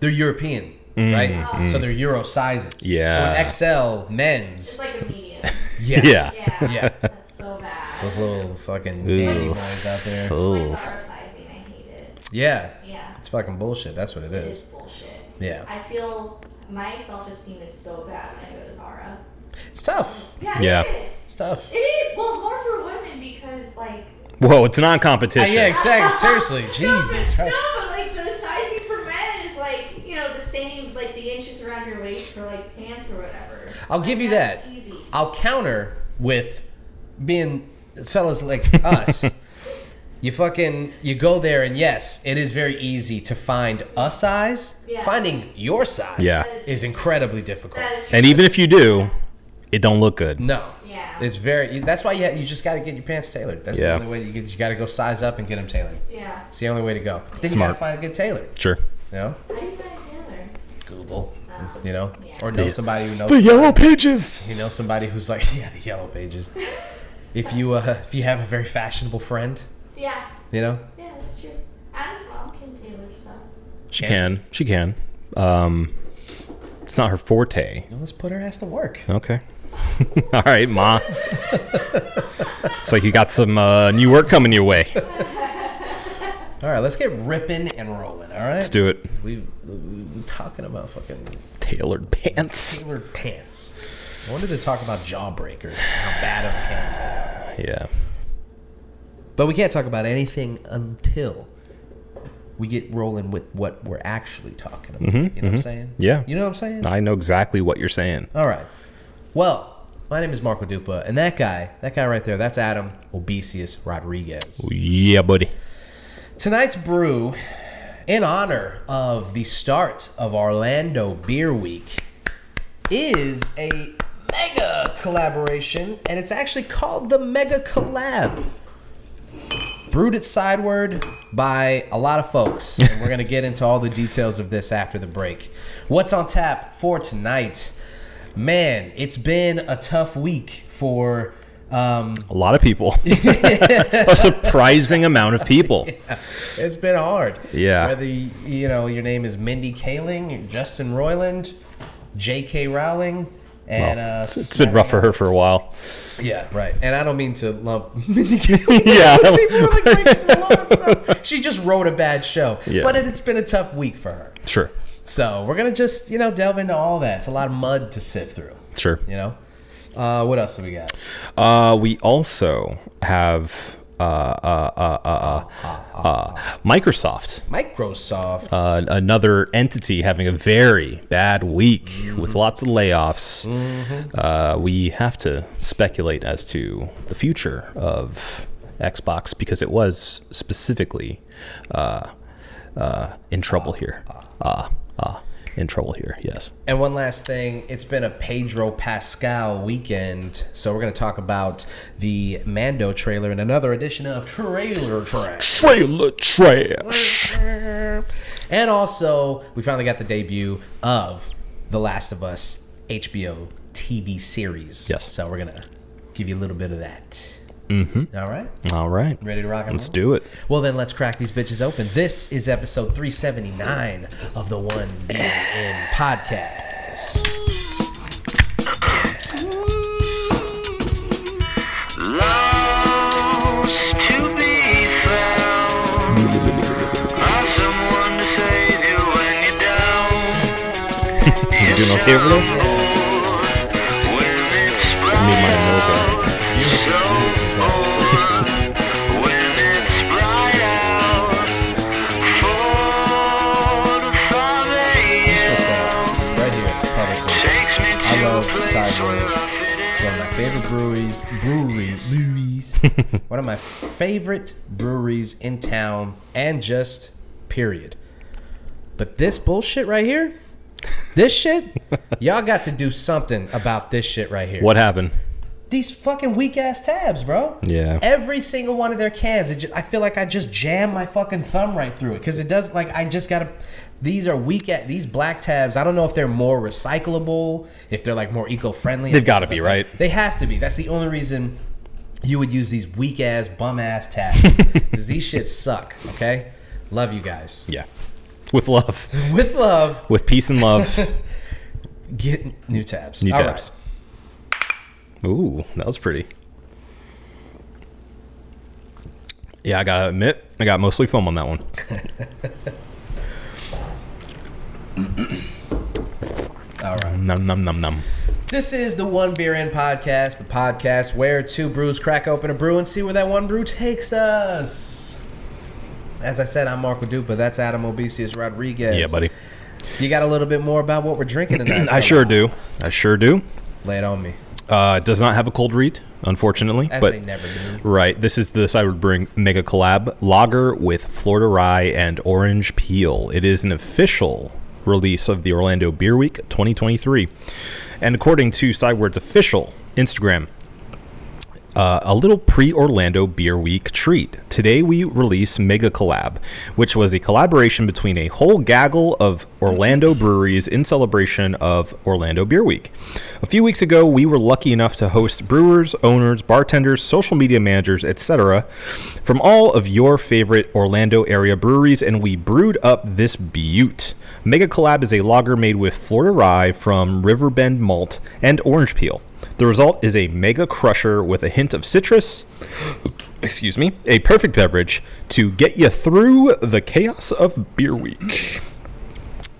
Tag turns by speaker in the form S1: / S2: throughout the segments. S1: they're European, right? So they're Euro sizes.
S2: Mm-hmm. Yeah.
S1: So an XL men's.
S3: It's like a medium.
S1: Yeah.
S2: Yeah.
S3: Yeah.
S1: Yeah.
S3: That's so bad.
S1: Those little fucking baby
S2: Ooh.
S1: boys out there.
S2: Ooh.
S3: Like Zara sizing, I hate it.
S1: Yeah.
S3: Yeah.
S1: It's fucking bullshit. That's what it
S3: It is
S1: is.
S3: bullshit.
S1: Yeah.
S3: I feel my self esteem is so bad when I go to Zara.
S1: It's tough.
S3: Yeah,
S2: Yeah.
S3: it is.
S1: It's tough.
S3: It is. Well, more for women because, like,
S2: Whoa, it's
S1: Uh,
S2: non-competition.
S1: yeah, exactly. Seriously, Jesus
S3: no, but,
S1: Christ.
S3: no, but like the sizing for men is like you know the same like the inches around your waist for like pants or whatever.
S1: I'll
S3: Like,
S1: give you
S3: that's
S1: that.
S3: Easy.
S1: I'll counter with being fellas like us. you fucking you go there and yes, it is very easy to find a size.
S3: Yeah.
S1: Finding your size
S2: Yeah.
S1: is incredibly difficult.
S3: That is true.
S2: And even if you do, it don't look good.
S1: No.
S3: Yeah.
S1: It's very. That's why you you just got to get your pants tailored. That's
S2: Yeah.
S1: the only way you get, you got to go size up and get them tailored.
S3: yeah.
S1: It's the only way to go. Then you got
S2: Smart.
S1: to find a good tailor.
S2: Sure.
S1: You know,
S3: How do you find a tailor?
S1: Google. You know, or know
S2: Yeah.
S1: somebody who knows.
S2: pages.
S1: You know somebody who's like, yeah, the yellow pages. if you uh, if you have a very fashionable friend,
S3: Yeah.
S1: you know,
S3: Yeah, that's true. I was mom can tailor stuff.
S2: She can. She can. Um, it's not her forte.
S1: well, let's put her ass to work.
S2: Okay. All right, ma. Looks like you got some uh, new work coming your way. Let's
S1: All right, let's get ripping and rolling. All right,
S2: do it.
S1: we we talking about fucking
S2: Tailored pants.
S1: tailored pants. I wanted to talk about Jawbreaker, and how bad of a candy they are.
S2: Yeah.
S1: But we can't talk about anything until we get rolling with what we're actually talking about. you know what I'm saying?
S2: Yeah.
S1: You know what I'm saying?
S2: I know exactly what you're saying.
S1: All right. Well, my name is Marco Dupa, and that guy, that guy right there, that's Adam Obesius Rodriguez.
S2: Yeah, buddy.
S1: Tonight's brew, in honor of the start of Orlando Beer Week, is a mega collaboration, and it's actually called the Mega Collab. Brewed at Sideward by a lot of folks, and we're gonna get into all the details of this after the break. What's on tap for tonight? Man, it's been a tough week for um,
S2: A lot of people. a surprising amount of people.
S1: It's been hard.
S2: Yeah.
S1: Whether you, you know your name is Mindy Kaling, Justin Roiland, J.K. Rowling, and
S2: Well,
S1: uh,
S2: it's- it's been rough for her for a while.
S1: Yeah, right. And I don't mean to lump Mindy Kaling.
S2: Yeah.
S1: People are like breaking the law and stuff. She just wrote a bad show,
S2: Yeah.
S1: but it, it's been a tough week for her.
S2: Sure.
S1: So we're gonna just you know delve into all that. It's a lot of mud to sift through.
S2: Sure.
S1: You know. Uh, what else do we got?
S2: Uh, we also have uh, uh, uh, uh, uh, uh, Microsoft,
S1: Microsoft.
S2: uh, another entity having a very bad week with lots of layoffs. Uh, we have to speculate as to the future of Xbox because it was specifically uh, uh, in trouble here. Uh, uh, in trouble here, yes.
S1: And one last thing, it's been a Pedro Pascal weekend, so we're going to talk about the Mando trailer in another edition of Trailer Trash.
S2: Trailer trash.
S1: And also, we finally got the debut of The Last of Us HBO TV series.
S2: Yes.
S1: So we're going to give you a little bit of that. Mm-hmm. All right?
S2: All right.
S1: Ready to rock and
S2: Let's
S1: roll?
S2: do it.
S1: Well, then let's crack these bitches open. This is episode 379 of the One Beer In podcast.
S4: Lost to be found. Have someone to save you when you're down.
S2: You doing okay over there?
S4: When it's
S2: Need my
S4: bright
S2: logo.
S4: so over. When it's bright out. Four to five
S1: Crystal
S4: a.m.
S1: Center, right here, public.
S4: Takes me
S1: I
S4: to a
S1: love
S4: place
S1: Sideway.
S4: where I fit in.
S1: One of my favorite breweries, brewery, breweries. one of my favorite breweries in town, and just period. But this bullshit right here, this shit, y'all got to do something about this shit right here.
S2: What happened?
S1: These fucking weak ass tabs, bro.
S2: Yeah.
S1: Every single one of their cans, it just, I feel like I just jam my fucking thumb right through it because it does. Like I just gotta. These are weak at these black tabs. I don't know if they're more recyclable, if they're like more eco friendly.
S2: They've gotta be, right?
S1: They have to be. That's the only reason you would use these weak ass bum ass tabs. 'Cause these shits suck. Okay, love you guys.
S2: Yeah. With love.
S1: With love,
S2: With peace and love.
S1: get new tabs.
S2: New
S1: All
S2: tabs. Ooh, that was pretty. Yeah, I gotta admit, I got mostly foam on that one.
S1: right, All right.
S2: Num num num num.
S1: This is the One Beer In podcast, the podcast where two brews crack open a brew and see where that one brew takes us. As I said, I'm Marco Dupa. That's Adam Obesius Rodriguez.
S2: Yeah, buddy.
S1: You got a little bit more about what we're drinking tonight?
S2: I sure do. I sure do.
S1: Lay it on me.
S2: Uh, it does not have a cold read, unfortunately.
S1: As
S2: but
S1: they never do.
S2: right, this is the Sideward Brewing mega collab lager with Florida rye and orange peel. It is an official release of the Orlando Beer Week 2023, and according to Sideward's official Instagram. Uh, a little pre Orlando Beer Week treat. Today we release Mega Collab, which was a collaboration between a whole gaggle of Orlando breweries in celebration of Orlando Beer Week. A few weeks ago, we were lucky enough to host brewers, owners, bartenders, social media managers, etc., from all of your favorite Orlando area breweries, and we brewed up this butte. Mega Collab is a lager made with Florida rye from Riverbend malt and orange peel. The result is a mega crusher with a hint of citrus. Excuse me, a perfect beverage to get you through the chaos of beer week.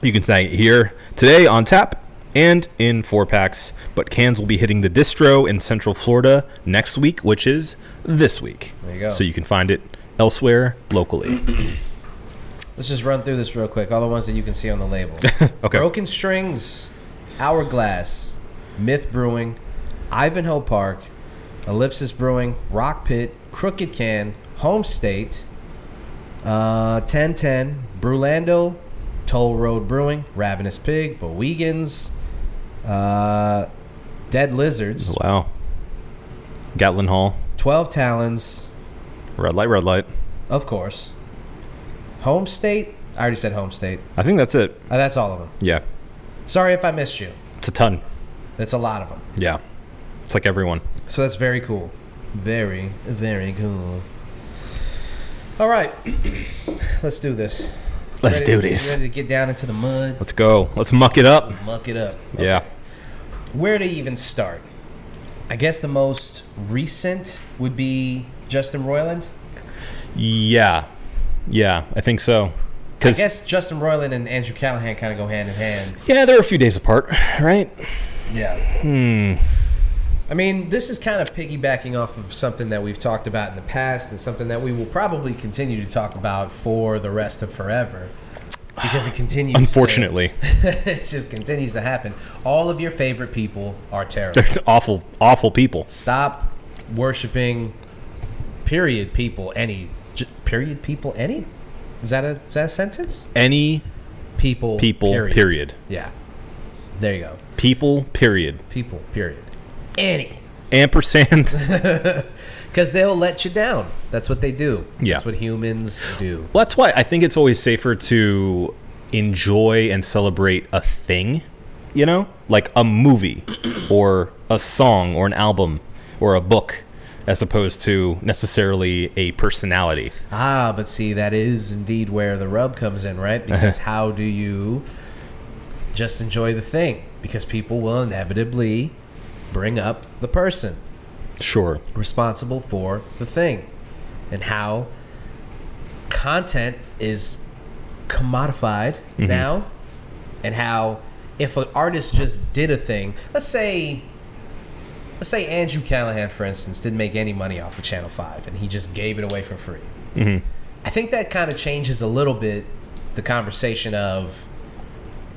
S2: You can snag it here today on tap and in four packs, but cans will be hitting the distro in Central Florida next week, which is this week.
S1: There you go.
S2: So you can find it elsewhere locally.
S1: Let's just run through this real quick. All the ones that you can see on the label.
S2: Okay.
S1: Broken Strings, Hourglass, Myth Brewing, Ivanhoe Park, Ellipsis Brewing, Rock Pit, Crooked Can, Home State, uh, 1010, Brulando, Toll Road Brewing, Ravenous Pig, Bowegans, uh, Dead Lizards,
S2: Wow. Gatlin Hall,
S1: 12 Talons,
S2: red light, red light.
S1: of course, Home State. I already said Home State.
S2: I think that's it.
S1: Uh, that's all of them.
S2: Yeah.
S1: Sorry if I missed you.
S2: It's a ton.
S1: That's a lot of them.
S2: Yeah. It's like everyone.
S1: So that's very cool. Very, very cool. All right, let's do this.
S2: Let's
S1: Ready-
S2: do this.
S1: Ready to get down into the mud,
S2: Let's go. Let's muck it up.
S1: muck it up.
S2: Yeah.
S1: Where to even start? I guess the most recent would be Justin Roiland.
S2: Yeah. Yeah, I think so.
S1: I
S2: Cuz
S1: guess Justin Roiland and Andrew Callahan kind of go hand in hand.
S2: yeah, they're a few days apart, right?
S1: Yeah. Hmm. I mean, this is kind of piggybacking off of something that we've talked about in the past and something that we will probably continue to talk about for the rest of forever. Because it continues. to-
S2: Unfortunately.
S1: it just continues to happen. All of your favorite people are terrible.
S2: They're awful awful people.
S1: Stop worshiping period people any. J- period people any? Is that a, is that a sentence?
S2: Any
S1: People.
S2: people period.
S1: Yeah. There you go.
S2: People period.
S1: People, period. Any.
S2: Ampersand.
S1: Because they'll let you down. That's what they do.
S2: Yeah.
S1: That's what humans do.
S2: well, that's why I think it's always safer to enjoy and celebrate a thing, you know? Like a movie or a song or an album or a book as opposed to necessarily a personality.
S1: Ah, but see, that is indeed where the rub comes in, right? Because how do you just enjoy the thing? Because people will inevitably bring up the person
S2: Sure.
S1: responsible for the thing and how content is commodified now and how if an artist just did a thing let's say let's say andrew callahan for instance didn't make any money off of channel 5 and he just gave it away for free i think that kind of changes a little bit the conversation of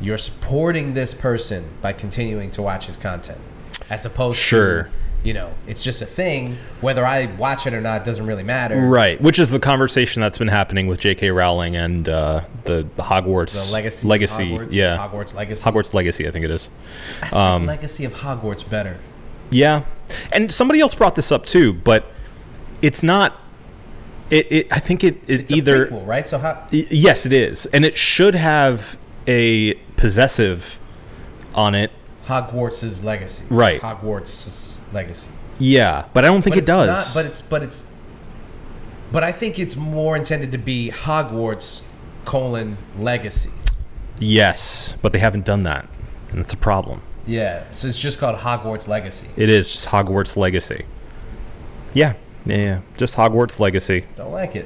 S1: you're supporting this person by continuing to watch his content as opposed
S2: Sure.
S1: to you know it's just a thing whether i watch it or not doesn't really matter
S2: Right, which is the conversation that's been happening with J.K. Rowling and uh, the Hogwarts
S1: the legacy
S2: legacy,
S1: of Hogwarts,
S2: yeah, um, Hogwarts.
S1: Hogwarts legacy
S2: legacy, I think it is.
S1: legacy of Hogwarts better
S2: Yeah, and somebody else brought this up too, but it's not. It, it I think it, it
S1: it's a
S2: either
S1: prequel, right so how
S2: Y- yes, it is, and it should have a possessive on it.
S1: Hogwarts's legacy
S2: Right.
S1: Hogwarts's legacy
S2: Yeah, but I don't think
S1: But
S2: it
S1: it's
S2: does.
S1: not- but it's but it's but I think it's more intended to be Hogwarts colon legacy.
S2: Yes, but they haven't done that, and it's a problem.
S1: Yeah, so it's just called Hogwarts Legacy.
S2: It is just Hogwarts Legacy. Yeah, yeah, yeah. just Hogwarts Legacy.
S1: Don't like it.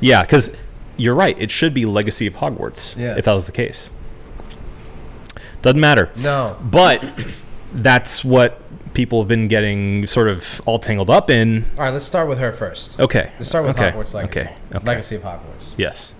S2: Yeah, because you're right. It should be Legacy of Hogwarts.
S1: Yeah.
S2: If that was the case, doesn't matter.
S1: No.
S2: But that's what people have been getting sort of all tangled up in.
S1: All right, let's start with her first.
S2: Okay.
S1: Let's start with
S2: okay.
S1: Hogwarts Legacy.
S2: Okay. okay.
S1: Legacy of Hogwarts.
S2: Yes.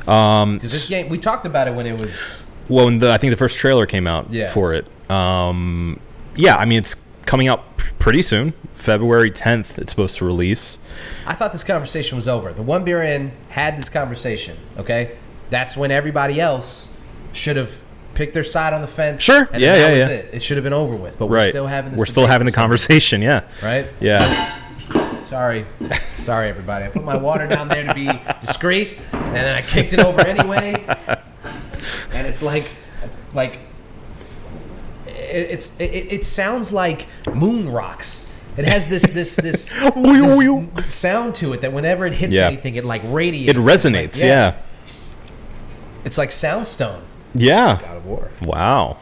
S1: Because this game, we talked about it when it was.
S2: Well, when the, I think the first trailer came out
S1: Yeah.
S2: for it. Um, yeah, I mean it's coming out p- pretty soon. February 10th, it's supposed to release.
S1: I thought this conversation was over. The one beer in had this conversation. Okay, that's when everybody else should have picked their side on the fence.
S2: Sure.
S1: And
S2: Yeah,
S1: then that
S2: yeah,
S1: was
S2: yeah.
S1: It, it should have been over with. But
S2: right.
S1: we're still having. This
S2: We're still
S1: debate
S2: having the
S1: for some-
S2: conversation. Yeah.
S1: Right.
S2: Yeah.
S1: Sorry. Sorry, everybody. I put my water down there to be discreet, and then I kicked it over anyway. And it's like, like, it, it's it, it sounds like moon rocks. It has this this this, this sound to it that whenever it hits
S2: Yeah.
S1: anything, it like radiates.
S2: it resonates.
S1: Like,
S2: yeah.
S1: It's like Soundstone.
S2: Yeah.
S1: God of War.
S2: Wow.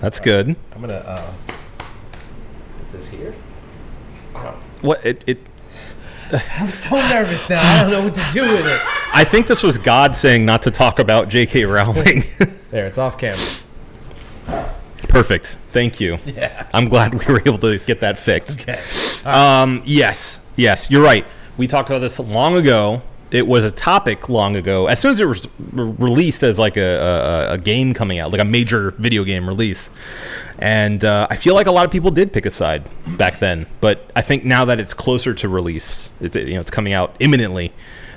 S2: That's good.
S1: I'm gonna uh, put this here.
S2: What it, it
S1: I'm so nervous now. I don't know what to do with it.
S2: I think this was God saying not to talk about J.K. Rowling.
S1: There, it's off camera.
S2: Perfect. Thank you.
S1: Yeah.
S2: I'm glad we were able to get that fixed.
S1: Okay.
S2: Um, yes, yes, you're right. We talked about this long ago. It was a topic long ago. As soon as it was re- released as like a, a, a game coming out, like a major video game release, and uh, I feel like a lot of people did pick a side back then. But I think now that it's closer to release, it, you know, it's coming out imminently.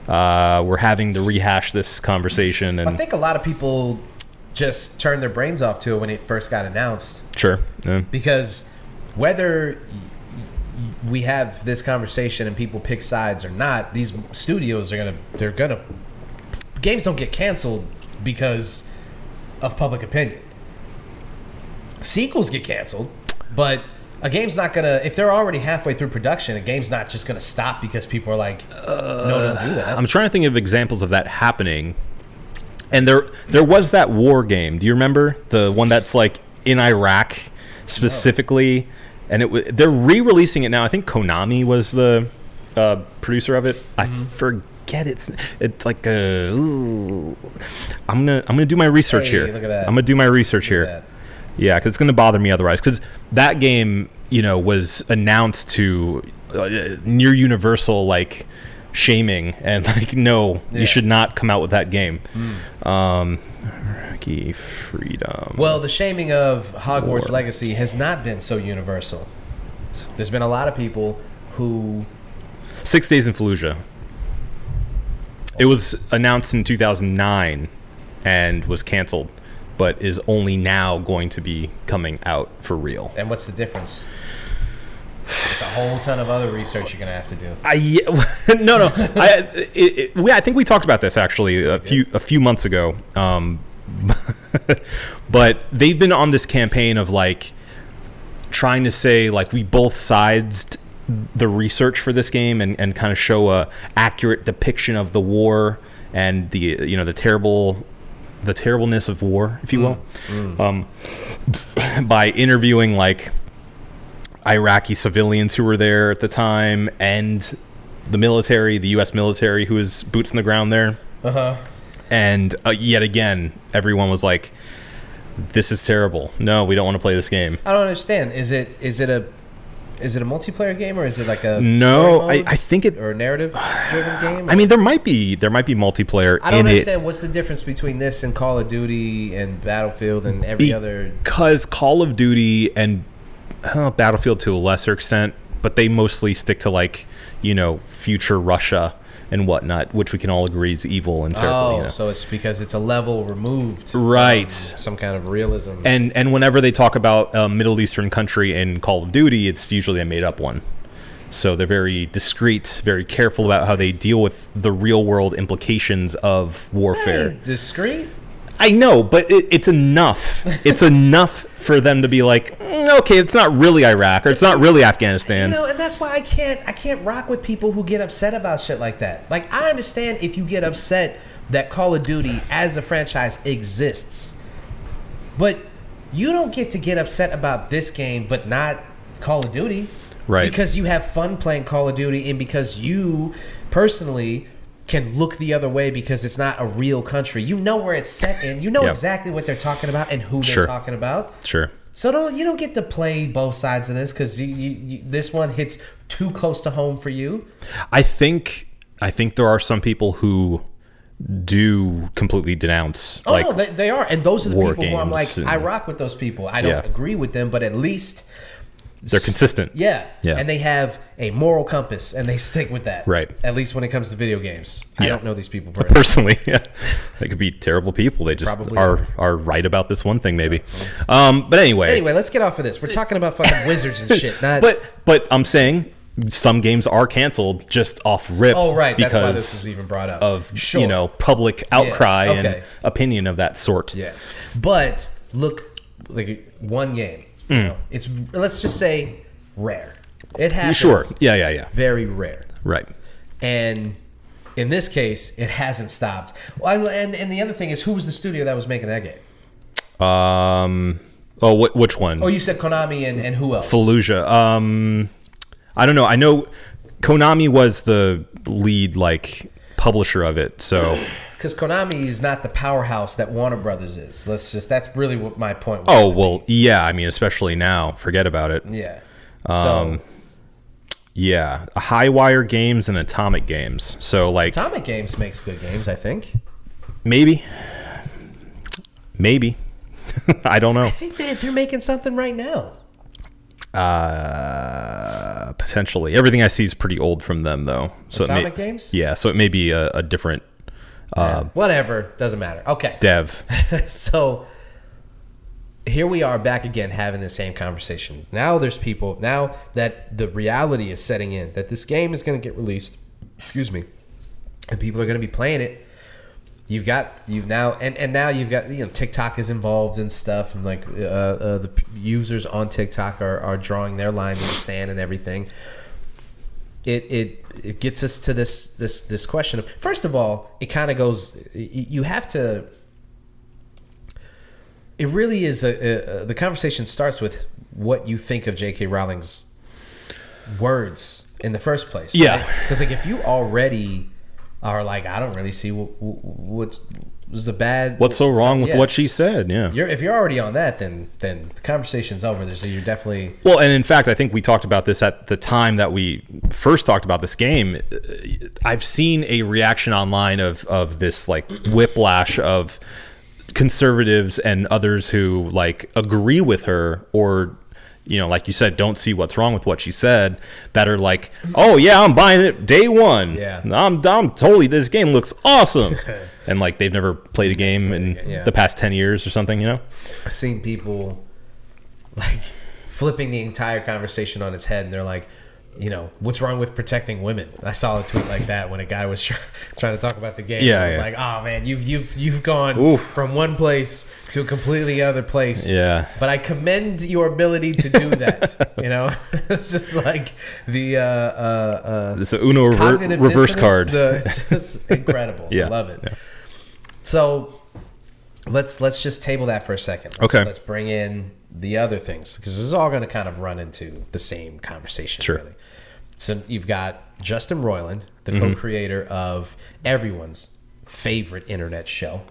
S2: Uh, we're having to rehash this conversation
S1: I
S2: and
S1: think a lot of people just turned their brains off to it when it first got announced
S2: sure, yeah.
S1: because whether we have this conversation and people pick sides or not, these studios are gonna they're gonna games don't get canceled because of public opinion. Sequels get canceled, but a game's not gonna if they're already halfway through production, a game's not just gonna stop because people are like, no, don't do that.
S2: I'm trying to think of examples of that happening. And there there was that war game. Do you remember the one that's like in Iraq specifically? And it wa they're re-releasing it now. I think Konami was the uh, producer of it. I
S1: Mm-hmm.
S2: forget it's it's like a. ooh. I'm gonna I'm gonna do my research
S1: Hey,
S2: here.
S1: look at that.
S2: I'm gonna do my research here.
S1: that.
S2: Yeah, because it's going to bother me otherwise. Because that game, you know, was announced to uh, near universal like shaming and like, no,
S1: Yeah.
S2: you should not come out with that game. Um, Rocky Freedom.
S1: Well, the shaming of Hogwarts
S2: Or-
S1: Legacy has not been so universal. There's been a lot of people who
S2: Six Days in Fallujah. It was announced in 2009 and was canceled, but is only now going to be coming out for real.
S1: and what's the difference? It's a whole ton of other research you're gonna have to do.
S2: I yeah, no no I it, it, we, I think we talked about this actually a few a few months ago. Um, but they've been on this campaign of like trying to say like we both sides the research for this game and, and kind of show a accurate depiction of the war and the you know the terrible the terribleness of war if you will Um, by interviewing like Iraqi civilians who were there at the time and the military, the U.S. military, who was boots on the ground there.
S1: Uh huh.
S2: And uh, yet again, everyone was like, this is terrible. No, we don't want to play this game.
S1: I don't understand. Is it is it a is it a multiplayer game or is it like a
S2: No,
S1: story
S2: I,
S1: mode
S2: I think it.
S1: or narrative driven game?
S2: I mean, there might be there might be multiplayer
S1: I don't
S2: in it
S1: understand what's the difference between this and Call of Duty and Battlefield and every other.
S2: because Call of Duty and uh, Battlefield to a lesser extent, but they mostly stick to like you know future Russia and whatnot, which we can all agree is evil and terrible.
S1: Oh,
S2: you know?
S1: so it's because it's a level removed,
S2: right.
S1: Some kind of realism.
S2: And and whenever they talk about a Middle Eastern country in Call of Duty, it's usually a made up one. So they're very discreet, very careful about how they deal with the real world implications of warfare.
S1: Hey, discreet.
S2: I know, but it, it's enough. It's enough for them to be like, "Mm, okay, it's not really Iraq or it's not really Afghanistan.
S1: You know, and that's why I can't I can't rock with people who get upset about shit like that. Like I understand if you get upset that Call of Duty as a franchise exists. But you don't get to get upset about this game but not Call of Duty.
S2: Right.
S1: Because you have fun playing Call of Duty and because you personally can look the other way because it's not a real country. You know where it's set in. You know
S2: Yep.
S1: exactly what they're talking about and who
S2: Sure.
S1: they're talking about.
S2: sure.
S1: So don't you don't get to play both sides of this because you, you, you this one hits too close to home for you.
S2: I think I think there are some people who do completely denounce
S1: Oh
S2: like
S1: no, they, they are, and those are the
S2: war
S1: people who I'm like,
S2: games and-
S1: I rock with those people. I don't
S2: Yeah.
S1: agree with them, but at least
S2: they're consistent.
S1: yeah,
S2: Yeah.
S1: and they have a moral compass and they stick with that.
S2: Right.
S1: At least when it comes to video games, I
S2: Yeah.
S1: don't know these people personally.
S2: Personally, yeah, they could be terrible people. They just
S1: Probably
S2: are are right about this one thing, maybe. Um, but anyway,
S1: Anyway, let's get off of this. We're talking about fucking wizards and shit. Not,
S2: but but I'm saying some games are canceled just off rip.
S1: oh right,
S2: because
S1: that's why this was even brought up.
S2: of you know public outcry
S1: okay.
S2: and opinion of that sort.
S1: Yeah. But look, like one game. You
S2: Mm.
S1: know, it's let's just say rare. It happens.
S2: Sure. Yeah, yeah, yeah.
S1: Very rare.
S2: Right.
S1: And in this case, it hasn't stopped. Well, and and the other thing is, who was the studio that was making that game?
S2: Um. Oh, what? Which one?
S1: Oh, you said Konami and, and who else?
S2: Fallujah. Um, I don't know. I know Konami was the lead like publisher of it, so
S1: Because Konami is not the powerhouse that Warner Brothers is. Let's just that's really what my point. was.
S2: oh well, yeah. I mean, especially now, forget about it.
S1: yeah. so
S2: Um, Yeah, Highwire Games and Atomic Games. So like
S1: Atomic Games makes good games, I think.
S2: maybe, maybe. I don't know.
S1: I think they they're making something right now.
S2: Uh, potentially, everything I see is pretty old from them, though. So it may-
S1: Atomic Games?
S2: Yeah, so it may be a, a different
S1: Yeah. Whatever, doesn't matter. Okay.
S2: dev.
S1: so here we are back again having the same conversation. Now there's people now that the reality is setting in that this game is going to get released. Excuse me. And people are going to be playing it. You've got you've now and and now you've got you know TikTok is involved and stuff and like uh, uh, the p- users on TikTok are are drawing their line in the sand and everything it it it gets us to this this this question of first of all it kind of goes y- you have to it really is a, a, a- the conversation starts with what you think of J.K. Rowling's words in the first place
S2: Yeah.
S1: because like if you already are like I don't really see what what was the bad
S2: What's so wrong with
S1: Yeah.
S2: what she said? Yeah.
S1: you're, if you're already on that then then the conversation's over there's you're definitely
S2: Well, and in fact, I think we talked about this at the time that we first talked about this game. Uh, I've seen a reaction online of of this like whiplash of conservatives and others who like agree with her or you know like you said don't see what's wrong with what she said that are like oh yeah i'm buying it day one
S1: Yeah.
S2: i'm, I'm totally this game looks awesome and like they've never played a game in
S1: Yeah.
S2: the past 10 years or something you know
S1: I've seen people like flipping the entire conversation on its head, and they're like, you know, what's wrong with protecting women? I saw a tweet like that when a guy was try- trying to talk about the game.
S2: Yeah,
S1: I was
S2: yeah.
S1: like, oh man, you've you've you've gone
S2: Oof.
S1: from one place to a completely other place.
S2: Yeah.
S1: But I commend your ability to do that. you know, it's just like the uh, uh, uh,
S2: it's a uno rever-
S1: Cognitive
S2: reverse
S1: dissonance,
S2: card
S1: The, it's just incredible.
S2: Yeah,
S1: I love it.
S2: yeah.
S1: So let's let's just table that for a second. Let's,
S2: Okay.
S1: Let's bring in the other things because this is all going to kind of run into the same conversation.
S2: Sure.
S1: Really. So you've got Justin Roiland, the
S2: Mm-hmm.
S1: co-creator of everyone's favorite internet show,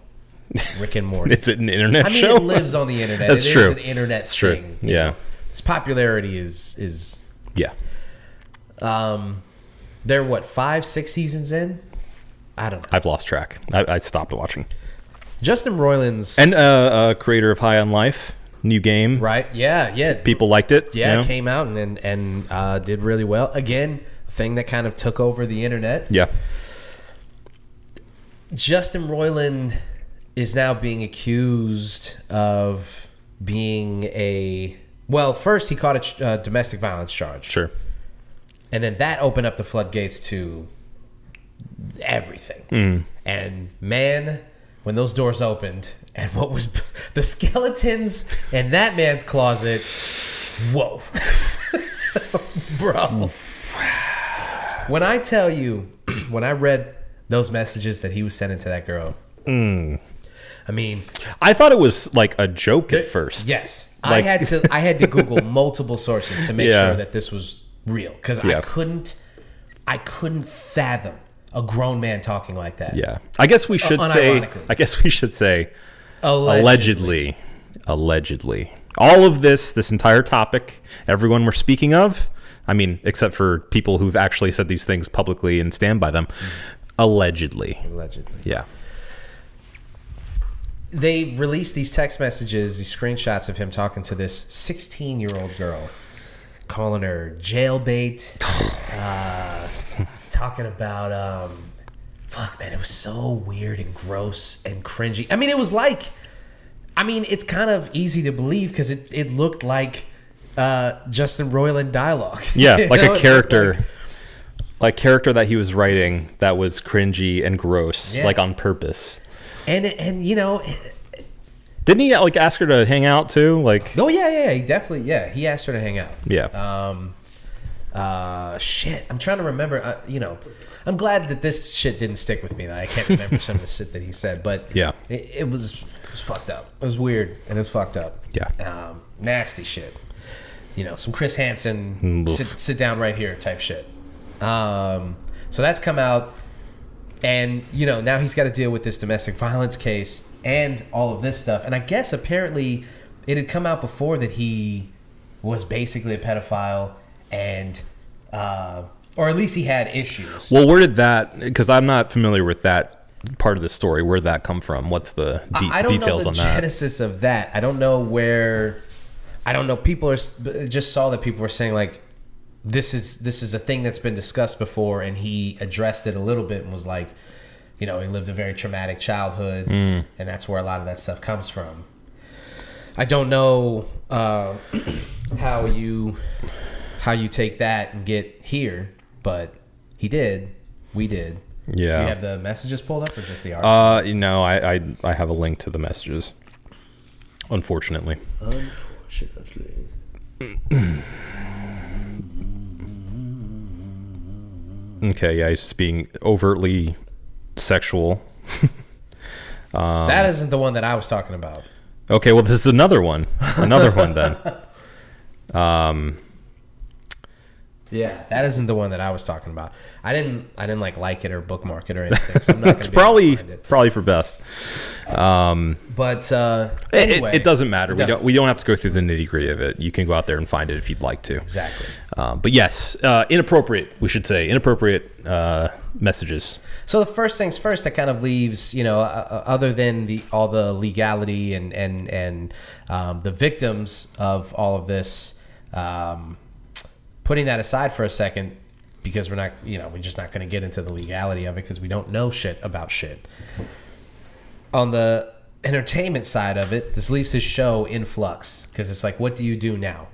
S1: Rick and Morty.
S2: Is it an internet
S1: I mean,
S2: show?
S1: it lives on the internet.
S2: That's
S1: It is
S2: true.
S1: an internet
S2: That's true.
S1: thing. you
S2: Yeah.
S1: know. Its popularity is is
S2: Yeah.
S1: um, they're what five, six seasons in. I don't know.
S2: I've lost track. I, I stopped watching.
S1: Justin Roiland's
S2: And uh, uh, creator of High on Life, new game.
S1: right. Yeah, yeah,
S2: People liked it.
S1: yeah.
S2: you know?
S1: Came out and and, and uh, did really well. Again, a thing that kind of took over the internet.
S2: Yeah.
S1: Justin Roiland is now being accused of being a well. First, he caught a ch- uh, domestic violence charge.
S2: Sure.
S1: and then that opened up the floodgates to everything. And man, when those doors opened and what was the skeletons in that man's closet. Whoa. Bro. When I tell you, when I read those messages that he was sending to that girl, I mean,
S2: I thought it was like a joke at first.
S1: Yes,
S2: Like-
S1: I had to. I had to Google multiple sources to make
S2: Yeah.
S1: sure that this was real because I
S2: Yeah.
S1: couldn't. I couldn't fathom a grown man talking like that.
S2: Yeah. I guess we should say.
S1: Uh, unironically.
S2: I guess we should say
S1: Alleged.
S2: allegedly. Allegedly. All of this, this entire topic, everyone we're speaking of, I mean, except for people who've actually said these things publicly and stand by them, allegedly.
S1: Allegedly.
S2: Yeah.
S1: They released these text messages, these screenshots of him talking to this 16 year old girl, calling her jailbait, uh, talking about, um, fuck, man, it was so weird and gross and cringy. I mean, it was like, I mean, it's kind of easy to believe because it, it looked like uh, Justin Roiland dialogue.
S2: Yeah,
S1: You
S2: like
S1: know, it
S2: a
S1: looked
S2: character. Like, character that he was writing that was cringy and gross,
S1: Yeah.
S2: like on purpose.
S1: and, and, you know,
S2: Didn't he like ask her to hang out too? Like,
S1: oh, yeah, yeah, yeah, he definitely, yeah, he asked her to hang out.
S2: yeah,
S1: Um, uh, shit, I'm trying to remember. Uh, you know, I'm glad that this shit didn't stick with me. That I can't remember some of the shit that he said, but
S2: Yeah.
S1: it, it was it was fucked up. It was weird and it was fucked up.
S2: Yeah.
S1: um, nasty shit. You know, some Chris Hansen
S2: Mm, oof.
S1: sit, sit down right here type shit. Um, so that's come out, and you know now he's got to deal with this domestic violence case and all of this stuff. And I guess apparently it had come out before that he was basically a pedophile, and uh, or at least he had issues.
S2: Well, where did that? Because I'm not familiar with that part of the story. Where did that come from? What's the de-
S1: I I don't
S2: details
S1: know
S2: on
S1: the
S2: that?
S1: genesis of that. I don't know where. I don't know. People are s- b- just saw that people were saying like, this is this is a thing that's been discussed before, and he addressed it a little bit and was like, you know, he lived a very traumatic childhood,
S2: Mm.
S1: and that's where a lot of that stuff comes from. I don't know uh, how you how you take that and get here, but he did. We did. Do
S2: Yeah.
S1: you have the messages pulled up or just the article?
S2: Uh, you know, I, I I have a link to the messages. Unfortunately,
S5: Unfortunately.
S2: okay, yeah, he's just being overtly sexual. Um,
S1: that isn't the one that I was talking about.
S2: Okay, well, this is another one, another one then.
S1: Yeah, that isn't the one that I was talking about. I didn't, I didn't like like it or bookmark it or anything. So I'm not
S2: It's
S1: gonna be able to
S2: probably
S1: find it.
S2: probably for best. Um,
S1: But uh,
S2: it-
S1: anyway,
S2: it, it doesn't matter.
S1: It
S2: we
S1: doesn't.
S2: don't we don't have to go through the nitty gritty of it. You can go out there and find it if you'd like to.
S1: exactly.
S2: Um, but yes, uh, inappropriate. We should say inappropriate uh, messages.
S1: So the first things first, that kind of leaves you know, uh, other than the all the legality and and and um, the victims of all of this, um, putting that aside for a second, because we're not, you know, we're just not going to get into the legality of it because we don't know shit about shit. on the entertainment side of it, this leaves his show in flux because it's like, what do you do now?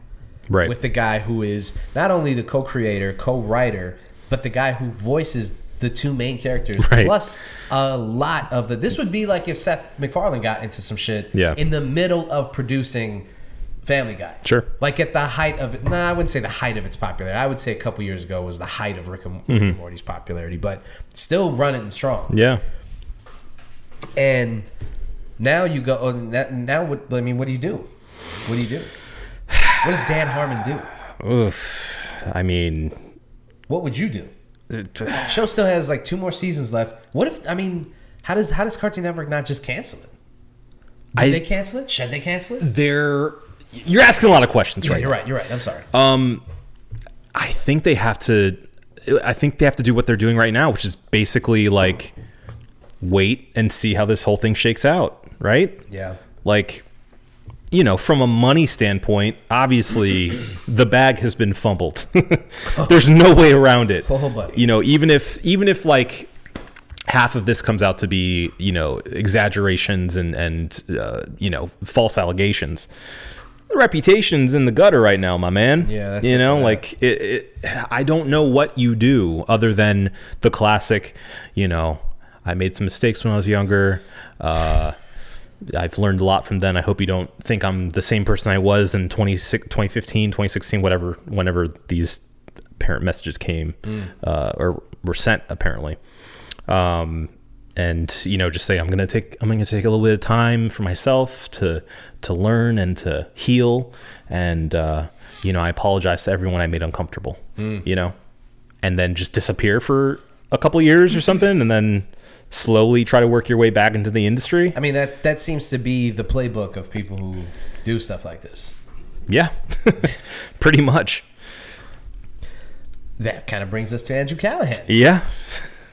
S2: Right.
S1: With the guy who is not only the co creator, co writer, but the guy who voices the two main characters.
S2: Right.
S1: Plus, a lot of the. This would be like if Seth MacFarlane got into some shit
S2: Yeah.
S1: in the middle of producing Family Guy.
S2: Sure.
S1: Like at the height of it. No, I wouldn't say the height of its popularity. I would say a couple years ago was the height of Rick and,
S2: Mm-hmm.
S1: Rick and Morty's popularity, but still running strong
S2: Yeah.
S1: and now you go oh, that- now what i mean what do you do what do you do what does dan harmon do
S2: Oof. I mean,
S1: what would you do show still has like two more seasons left what if i mean how does how does cartoon network not just cancel it did
S2: I-
S1: they cancel it should they cancel it
S2: they're you're asking a lot of questions,
S1: yeah,
S2: right?
S1: you're
S2: now.
S1: right you're right i'm sorry
S2: Um, I think they have to. I think they have to do what they're doing right now, which is basically like wait and see how this whole thing shakes out, right?
S1: yeah
S2: Like, you know, from a money standpoint, obviously the bag has been fumbled. There's no way around it.
S1: Oh, buddy.
S2: You know, even if even if like half of this comes out to be, you know, exaggerations and and uh, you know, false allegations. The reputation's in the gutter right now, my man.
S1: Yeah, that's
S2: you
S1: it,
S2: know,
S1: yeah.
S2: like it, it, I don't know what you do other than the classic, you know, I made some mistakes when I was younger. Uh, I've learned a lot from then. I hope you don't think I'm the same person I was in 26, 2015, 2016, whatever, whenever these parent messages came
S1: Mm.
S2: uh, or were sent, apparently. Um, and you know, just say I'm gonna take I'm gonna take a little bit of time for myself to to learn and to heal. And uh, you know, I apologize to everyone I made uncomfortable. You know, and then just disappear for a couple years or something, and then slowly try to work your way back into the industry.
S1: I mean, that that seems to be the playbook of people who do stuff like this.
S2: Yeah, pretty much.
S1: That kind of brings us to Andrew Callahan,
S2: Yeah,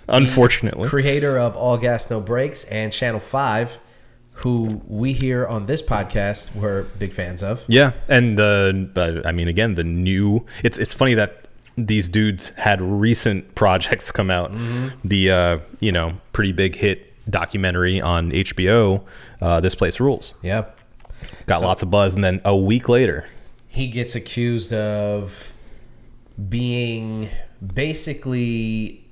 S2: unfortunately.
S1: creator of All Gas No Breaks and Channel Five, who we here on this podcast were big fans of.
S2: Yeah, and the but I mean again the new. It's it's funny that these dudes had recent projects come out. The uh, you know pretty big hit documentary on HBO. Uh, this place rules.
S1: Yep.
S2: Got lots of buzz, and then a week later,
S1: he gets accused of being basically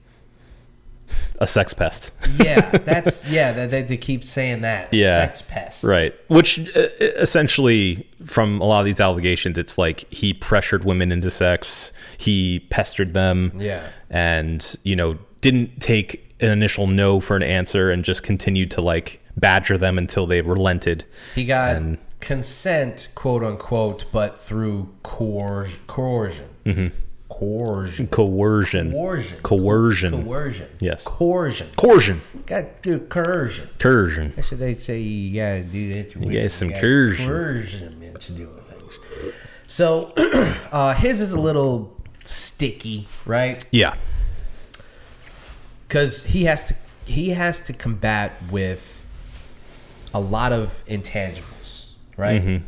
S2: a sex pest.
S1: yeah that's yeah that they, they keep saying that
S2: Yeah.
S1: sex pest
S2: Right. Which uh, essentially, from a lot of these allegations, it's like he pressured women into sex, he pestered them,
S1: Yeah.
S2: and you know didn't take an initial no for an answer and just continued to like badger them until they relented.
S1: he got consent quote unquote but through coer- coercion mm-hmm. coercion
S2: Coercion.
S1: coercion
S2: Coercion.
S1: coercion
S2: Yes.
S1: coercion
S2: Coercion.
S1: got to do coercion
S2: Coercion.
S1: So they say you gotta do that. You
S2: gotta some coercion.
S1: Coercion into doing things. So uh, his is a little sticky, right?
S2: Yeah.
S1: Because he has to he has to combat with a lot of intangibles, right?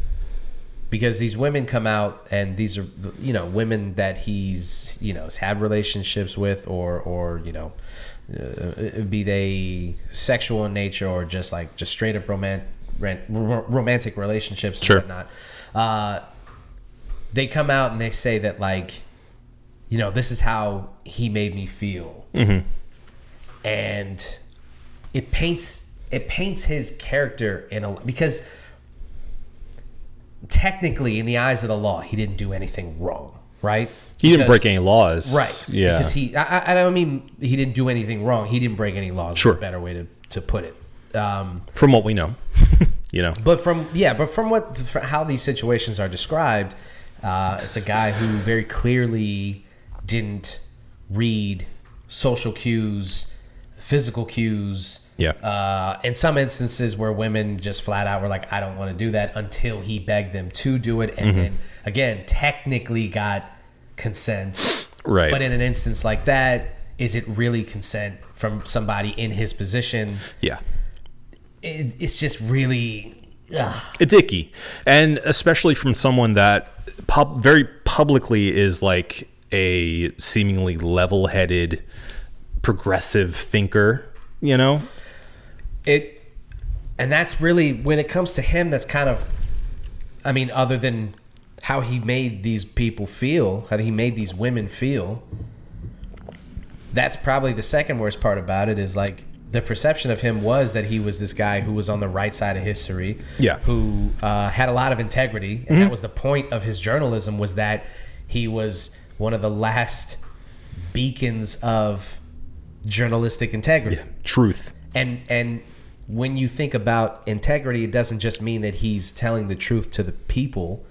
S1: Because these women come out, and these are you know women that he's you know has had relationships with, or or you know, uh, be they sexual in nature or just like just straight up romantic romantic relationships and
S2: Sure.
S1: whatnot. Uh, they come out and they say that like, you know, this is how he made me feel, and it paints it paints his character in a because technically in the eyes of the law he didn't do anything wrong right
S2: He didn't break
S1: Because-
S2: any laws.
S1: right
S2: Yeah.
S1: because he I, I- I don't mean he didn't do anything wrong he didn't break any laws is
S2: Sure.
S1: a better way to, to put it um,
S2: from what we know, you know.
S1: but from yeah but from what from how these situations are described uh, it's a guy who very clearly didn't read social cues physical cues
S2: Yeah.
S1: uh, in some instances where women just flat out were like i don't want to do that until he begged them to do it
S2: Mm-hmm.
S1: and then again technically got consent
S2: Right.
S1: but in an instance like that is it really consent from somebody in his position
S2: Yeah.
S1: it, it's just really ugh.
S2: it's icky and especially from someone that pub- very publicly is like a seemingly level-headed progressive thinker you know
S1: it and that's really when it comes to him that's kind of i mean other than how he made these people feel how he made these women feel that's probably the second worst part about it is like the perception of him was that he was this guy who was on the right side of history
S2: Yeah.
S1: who uh, had a lot of integrity and that was the point of his journalism was that he was one of the last beacons of journalistic integrity
S2: truth
S1: and and when you think about integrity it doesn't just mean that he's telling the truth to the people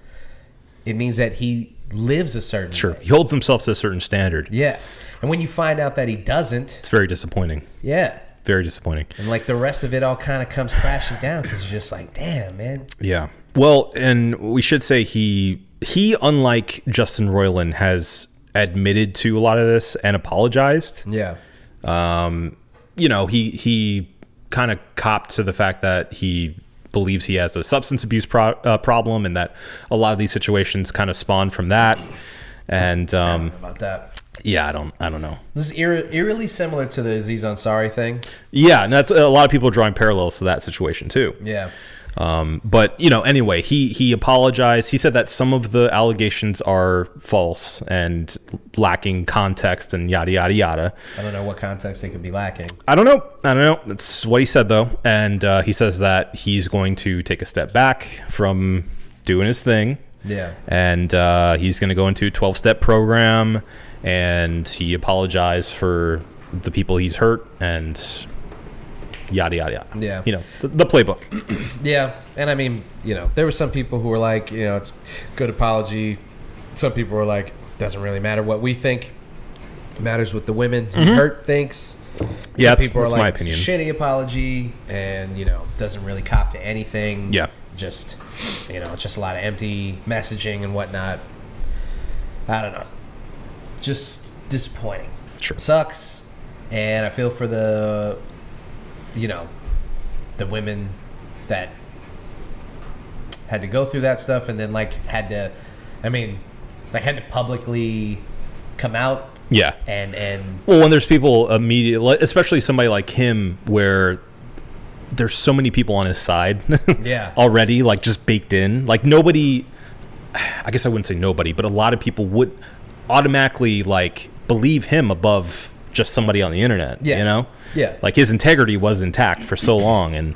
S1: it means that he lives a certain
S2: sure
S1: way
S2: he holds himself to a certain standard
S1: yeah and when you find out that he doesn't
S2: it's very disappointing
S1: yeah
S2: very disappointing
S1: and like the rest of it all kind of comes crashing down because you're just like damn man
S2: yeah well and we should say he he unlike justin roiland has admitted to a lot of this and apologized
S1: yeah
S2: um, you know, he he kind of copped to the fact that he believes he has a substance abuse pro- uh, problem, and that a lot of these situations kind of spawn from that. And um,
S1: about that
S2: Yeah, I don't. I don't know.
S1: This is eer- eerily similar to the Aziz Ansari thing.
S2: Yeah, and that's a lot of people are drawing parallels to that situation too.
S1: Yeah.
S2: Um, but you know, anyway, he he apologized. He said that some of the allegations are false and lacking context and yada yada yada.
S1: I don't know what context they could be lacking.
S2: I don't know. I don't know. That's what he said though, and uh, he says that he's going to take a step back from doing his thing.
S1: Yeah.
S2: and uh, he's going to go into a 12 step program and he apologized for the people he's hurt and yada yada yada
S1: Yeah.
S2: you know the, the playbook
S1: Yeah, and I mean, you know, there were some people who were like, you know, it's good apology. Some people were like, doesn't really matter what we think. matters what the women who hurt thinks.
S2: Mm-hmm. Yeah,
S1: some
S2: that's-
S1: people are
S2: that's
S1: like,
S2: my
S1: it's a shitty
S2: opinion.
S1: apology, and you know, doesn't really cop to anything.
S2: Yeah.
S1: just you know, just a lot of empty messaging and whatnot. I don't know. Just disappointing.
S2: Sure.
S1: Sucks, and I feel for the, you know, the women that had to go through that stuff and then like had to i mean like had to publicly come out
S2: yeah
S1: and and
S2: well when there's people immediately especially somebody like him where there's so many people on his side
S1: Yeah.
S2: already like just baked in like nobody i guess i wouldn't say nobody but a lot of people would automatically like believe him above just somebody on the internet
S1: Yeah.
S2: you know
S1: Yeah.
S2: like his integrity was intact for so long and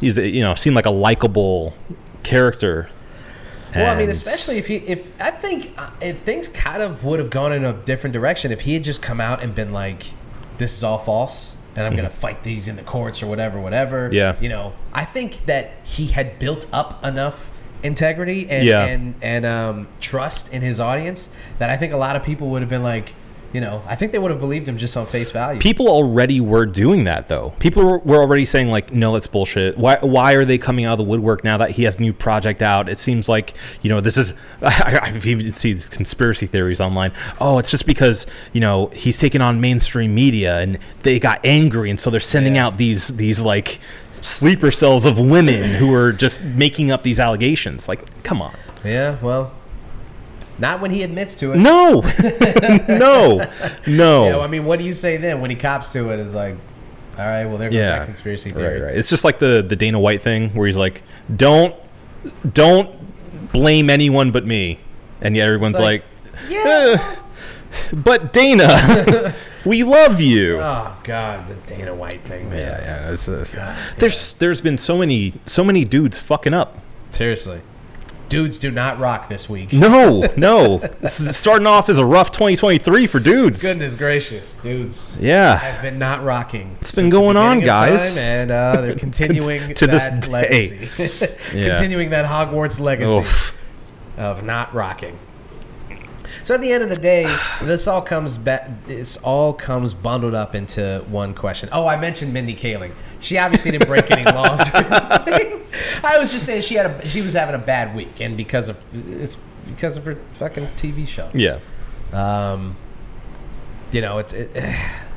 S2: he's you know seemed like a likable character
S1: well i mean
S2: And-
S1: especially if he if i think uh, if things kind of would have gone in a different direction if he had just come out and been like this is all false and i'm gonna fight these in the courts or whatever whatever
S2: Mm-hmm. Yeah.
S1: you know i think that he had built up enough integrity and
S2: Yeah.
S1: and and um, trust in his audience that i think a lot of people would have been like you know i think they would have believed him just on face value
S2: people already were doing that though people were- were already saying like no that's bullshit why why are they coming out of the woodwork now that he has a new project out it seems like you know this is i, I even see these conspiracy theories online oh it's just because you know he's taken on mainstream media and they got angry and so they're sending
S1: Yeah.
S2: out these these like sleeper cells of women who are just making up these allegations like come on
S1: Yeah, well, not when he admits to it.
S2: no no no
S1: You know, I mean, what do you say then when he cops to it? Is like, all right, well, there goes that conspiracy theory.
S2: Right, right. It's just like the the Dana White thing where he's like, "Don't, don't blame anyone but me," and yet everyone's
S1: It's like,
S2: like,
S1: Yeah.
S2: "Eh, "But Dana, we love you."
S1: Oh God, the Dana White thing, man.
S2: yeah, yeah. it's- it's- there's there's been so many so many dudes fucking up.
S1: Seriously, dudes do not rock this week.
S2: No, no. this is starting off as a rough 2023 for dudes.
S1: Goodness gracious, dudes.
S2: Yeah.
S1: Have been not rocking. It's
S2: been going on, guys.
S1: and uh, they're continuing
S2: to this
S1: that
S2: day.
S1: legacy,
S2: Yeah.
S1: continuing that Hogwarts legacy.
S2: Oof.
S1: of not rocking. So at the end of the day, this all comes back. This all comes bundled up into one question. Oh, I mentioned Mindy Kaling. She obviously didn't break any laws. I was just saying she had a she was having a bad week, and because of it's because of her fucking TV show.
S2: Yeah.
S1: Um, you know, it's it,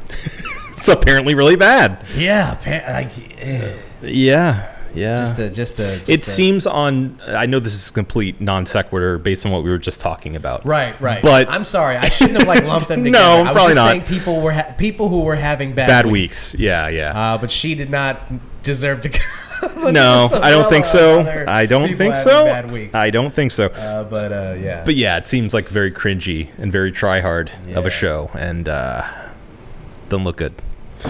S2: It's apparently really bad.
S1: yeah, appa- like eh,
S2: Yeah. Yeah.
S1: just a just a. Just
S2: it
S1: a-
S2: seems on i know this is complete non sequitur based on what we were just talking about
S1: Right, right.
S2: But-
S1: I'm sorry, I shouldn't have like lumped them
S2: No,
S1: together. I was
S2: probably
S1: just
S2: not.
S1: Saying people were ha- people who were having bad,
S2: bad
S1: weeks.
S2: weeks yeah yeah
S1: Uh, but she did not deserve to come.
S2: no
S1: under this
S2: i don't think
S1: umbrella
S2: so
S1: of other
S2: i don't
S1: people
S2: think
S1: having
S2: so
S1: Bad weeks.
S2: i don't think so
S1: uh, but uh, yeah.
S2: but yeah it seems like very cringy and very try hard of
S1: Yeah.
S2: a show and uh doesn't look good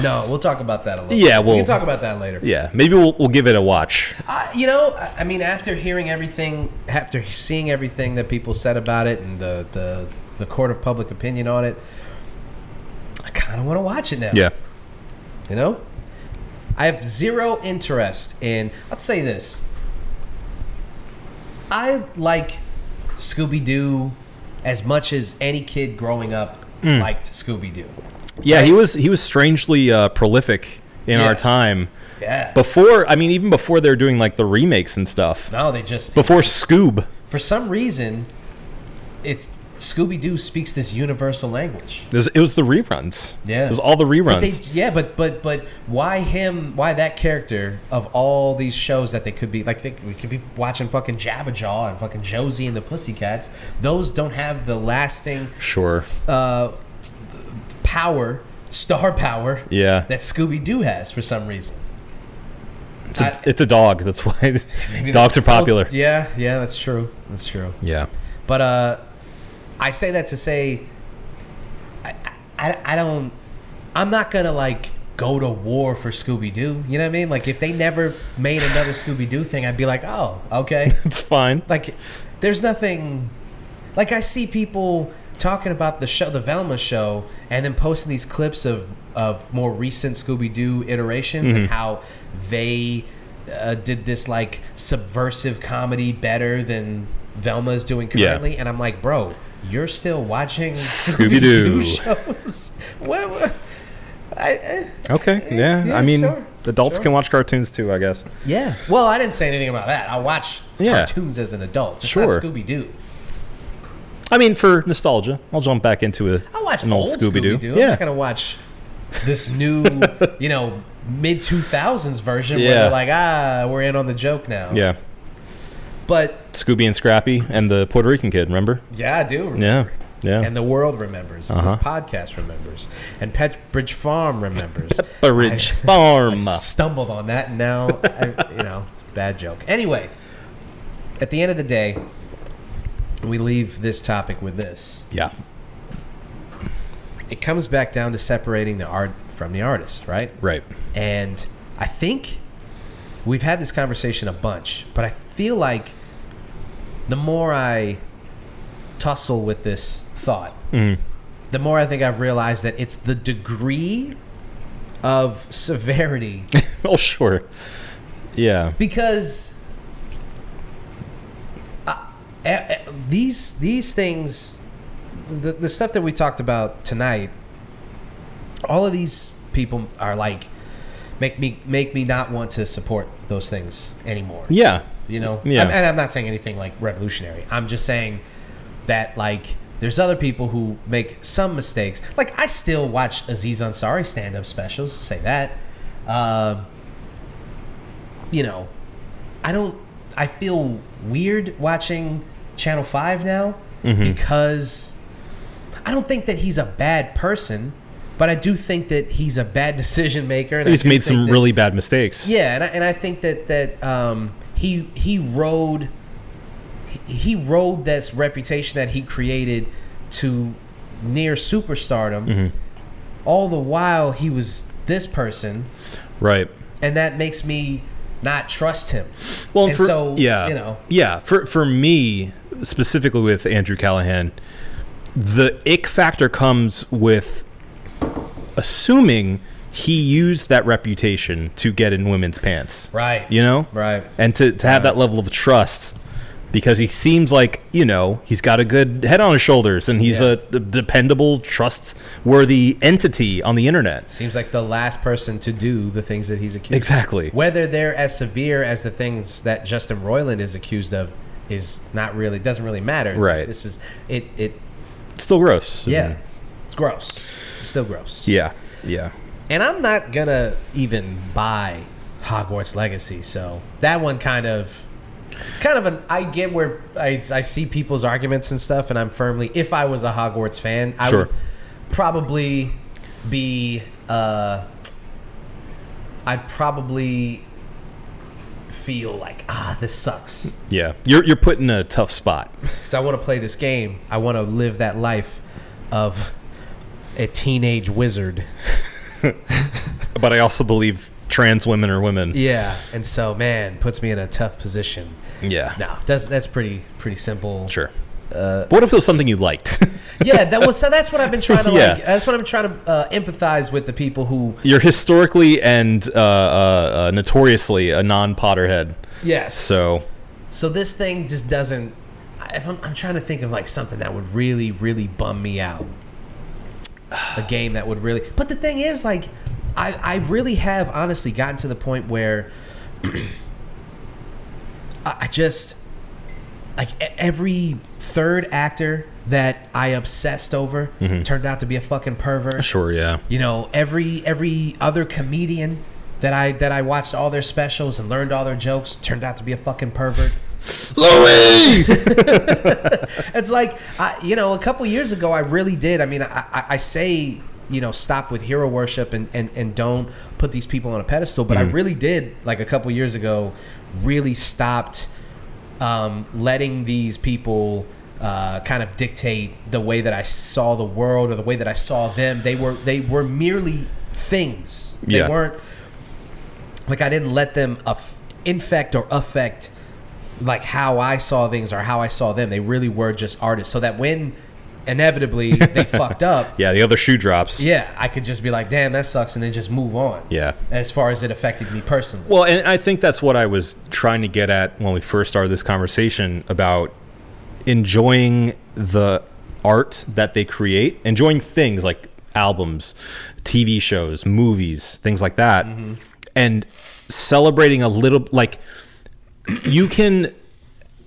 S1: no, we'll talk about that a little.
S2: Yeah,
S1: bit. we
S2: we'll-
S1: can talk about that later.
S2: yeah maybe we'll, we'll give it a watch
S1: Uh, you know, I- I mean, after hearing everything, after seeing everything that people said about it and the the, the court of public opinion on it, I kind of want to watch it now.
S2: yeah
S1: You know? I have zero interest in. Let's say this. I like Scooby Doo as much as any kid growing up liked Scooby Doo.
S2: yeah he was he was strangely uh prolific in
S1: Yeah.
S2: our time
S1: Yeah.
S2: before i mean even before they were doing like the remakes and stuff
S1: no, they just.
S2: before scoob
S1: for some reason, it's Scooby Doo speaks this universal language.
S2: It was, it was the reruns.
S1: Yeah.
S2: It was all the reruns.
S1: But they, yeah, but but but why him? Why that character of all these shows that they could be like? They, we could be watching fucking Jabba Jaw and fucking Josie and the Pussycats. Those don't have the lasting
S2: sure.
S1: uh, power, star power,
S2: Yeah.
S1: that Scooby Doo has for some reason.
S2: It's a,
S1: I-
S2: it's a dog. That's why
S1: Maybe
S2: dogs are
S1: they're-
S2: popular.
S1: Oh, yeah, yeah, that's true. That's true.
S2: Yeah.
S1: But uh, I say that to say, I, I, I don't. I'm not gonna like go to war for Scooby Doo. You know what I mean? Like if they never made another Scooby Doo thing, I'd be like, oh, okay.
S2: It's fine.
S1: like, there's nothing. Like I see people talking about the show, the Velma show, and then posting these clips of of more recent Scooby Doo iterations and
S2: Mhm.
S1: how they uh, did this like subversive comedy better than Velma's doing
S2: Yeah.
S1: currently, and I'm like, bro, you're still watching Scooby
S2: Scooby-Doo."
S1: Doo shows? what? what- I, eh. I,
S2: Okay. Yeah.
S1: yeah,
S2: I mean,
S1: sure,
S2: adults
S1: sure.
S2: can watch cartoons too, I guess.
S1: yeah. Well, I didn't say anything about that. I watch
S2: Yeah.
S1: cartoons as an adult, just
S2: Sure.
S1: not Scooby Doo.
S2: I mean, for nostalgia, I'll jump back into a
S1: I watch
S2: an
S1: old,
S2: old
S1: Scooby Doo. I'm
S2: Yeah.
S1: not gonna watch this new, you know, mid two thousands version where
S2: Yeah.
S1: they're like, ah, we're in on the joke now.
S2: Yeah.
S1: But
S2: Scooby and Scrappy and the Puerto Rican kid. Remember?
S1: yeah, I do. Remember.
S2: Yeah. Yeah.
S1: And the world remembers. and
S2: Uh-huh.
S1: This podcast remembers. And Petbridge Farm remembers.
S2: Pepperidge
S1: I-
S2: Farm.
S1: I stumbled on that, and now I, you know, it's a bad joke. Anyway, at the end of the day, we leave this topic with this.
S2: yeah.
S1: It comes back down to separating the art from the artist, right?
S2: Right.
S1: And I think we've had this conversation a bunch, but I feel like the more I tussle with this thought, the more I think I've realized that it's the degree of severity
S2: Oh, sure. Yeah.
S1: because uh, uh, these these things the, the stuff that we talked about tonight all of these people are like make me make me not want to support those things anymore
S2: Yeah.
S1: you know
S2: Yeah.
S1: I'm, and i'm not saying anything like revolutionary i'm just saying that like there's other people who make some mistakes like i still watch aziz ansari stand-up specials say that um, you know i don't i feel weird watching channel 5 now
S2: Mm-hmm.
S1: because i don't think that he's a bad person but i do think that he's a bad decision maker and I
S2: He's
S1: do
S2: made
S1: think
S2: some
S1: that-
S2: really bad mistakes.
S1: yeah, and I, and I think that that um, he he rode he- he rode this reputation that he created to near superstardom.
S2: Mm-hmm.
S1: All the while he was this person,
S2: Right.
S1: and that makes me not trust him.
S2: Well, and
S1: And
S2: for,
S1: so,
S2: yeah,
S1: you know.
S2: yeah. For for me specifically with Andrew Callahan, the ick factor comes with assuming he used that reputation to get in women's pants,
S1: Right.
S2: You know,
S1: Right.
S2: and to to have that level of trust because he seems like you know he's got a good head on his shoulders and he's
S1: Yeah.
S2: a dependable, trustworthy entity on the internet.
S1: Seems like the last person to do the things that he's accused. of.
S2: Exactly.
S1: Whether they're as severe as the things that Justin Roiland is accused of is not really doesn't really matter. It's like
S2: Right.
S1: this is it. It
S2: Still gross.
S1: Yeah. It's gross. It's still gross.
S2: Yeah. Yeah.
S1: And I'm not going to even buy Hogwarts Legacy. So that one kind of. It's kind of an. I get where I, I see people's arguments and stuff, and I'm firmly. If I was a Hogwarts fan, I
S2: Sure.
S1: would probably be. Uh, I'd probably feel like, ah, this sucks.
S2: Yeah. You're you're put in a tough spot.
S1: because I want to play this game. I want to live that life of a teenage wizard.
S2: but I also believe trans women are women.
S1: Yeah, and so man puts me in a tough position.
S2: Yeah.
S1: No, that's that's pretty pretty simple.
S2: Sure. what if it was something you liked?
S1: Yeah, that was so. That's what I've been trying to
S2: Yeah.
S1: like. That's what I'm trying to uh, empathize with the people who.
S2: You're historically and uh, uh, uh, notoriously a non-Potterhead.
S1: Yes.
S2: So,
S1: So this thing just doesn't. I- If I'm, I'm trying to think of like something that would really, really bum me out, a game that would really. But the thing is, like, I, I really have honestly gotten to the point where I, I just like e- every third actor that I obsessed over turned out to be a fucking pervert
S2: sure, yeah.
S1: you know every every other comedian that I that I watched all their specials and learned all their jokes turned out to be a fucking pervert.
S2: Louis!
S1: It's like I, you know, a couple years ago, I really did. I mean, I, I, I say you know stop with hero worship and and, and don't put these people on a pedestal. But I really did like a couple years ago, really stopped um, letting these people. Uh, kind of dictate the way that I saw the world or the way that I saw them. They were they were merely things. They
S2: Yeah.
S1: weren't like I didn't let them aff- infect or affect like how I saw things or how I saw them. They really were just artists. So that when inevitably they fucked up,
S2: Yeah, the other shoe drops.
S1: yeah, I could just be like, "Damn, that sucks," and then just move on.
S2: Yeah.
S1: As far as it affected me personally.
S2: Well, and I think that's what I was trying to get at when we first started this conversation about enjoying the art that they create, enjoying things like albums, TV shows, movies, things like that, and celebrating a little like you can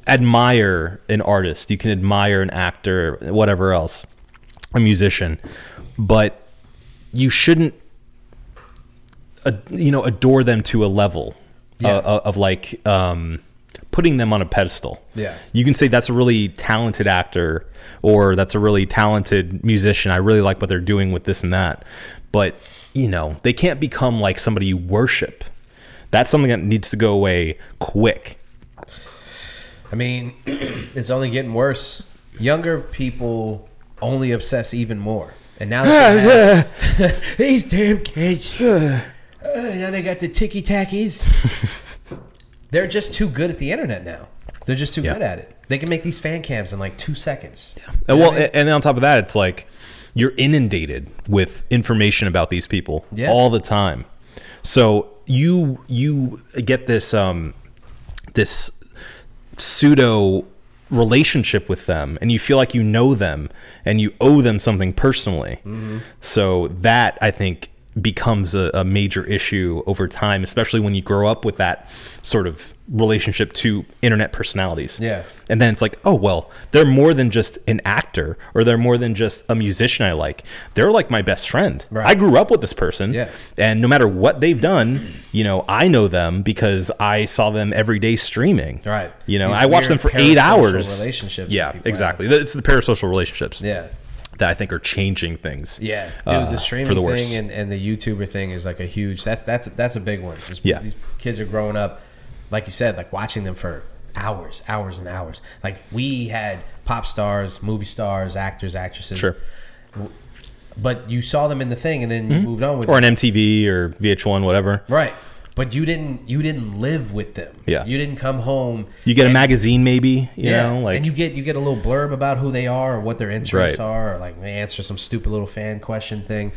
S2: admire an artist, you can admire an actor, whatever else, a musician, but you shouldn't a- you know adore them to a level uh,
S1: Yeah.
S2: uh, of like um, putting them on a pedestal.
S1: Yeah.
S2: you can say that's a really talented actor or that's a really talented musician. I really like what they're doing with this and that, but you know they can't become like somebody you worship. That's something that needs to go away quick.
S1: I mean, it's only getting worse. Younger people only obsess even more. And now that they have, these damn kids. uh, now they got the ticky tackies. They're just too good at the internet now. They're just too
S2: Yeah.
S1: good at it. They can make these fan cams in like two seconds.
S2: And well, and then on top of that, it's like you're inundated with information about these people
S1: Yeah.
S2: all the time. So you you get this um this pseudo relationship with them and you feel like you know them and you owe them something personally.
S1: Mm-hmm.
S2: So that I think becomes a, a major issue over time, especially when you grow up with that sort of relationship to internet personalities.
S1: Yeah.
S2: And then it's like, oh well, they're more than just an actor or they're more than just a musician I like. They're like my best friend.
S1: Right.
S2: I grew up with this person.
S1: Yeah.
S2: And no matter what they've done, you know, I know them because I saw them every day streaming.
S1: Right.
S2: You know,
S1: These
S2: I watched them for
S1: weird
S2: eight
S1: parasocial
S2: hours.
S1: relationships that
S2: Yeah,
S1: people have.
S2: exactly. It's the parasocial relationships
S1: Yeah.
S2: that I think are changing things.
S1: Yeah, dude,
S2: uh,
S1: the streaming
S2: for the worse.
S1: thing and, and the YouTuber thing is like a huge. That's that's that's a big one. Just-
S2: Yeah.
S1: these kids are growing up, like you said, like watching them for hours, hours and hours. Like we had pop stars, movie stars, actors, actresses.
S2: Sure.
S1: But you saw them in the thing, and then you moved on with
S2: Hmm? or
S1: it.
S2: an MTV or VH1, whatever.
S1: right. But you didn't you didn't live with them.
S2: Yeah.
S1: you didn't come home.
S2: You get a magazine, maybe. You
S1: Yeah,
S2: know, like
S1: and you get you get a little blurb about who they are or what their interests
S2: Right.
S1: are, or like they answer some stupid little fan question thing.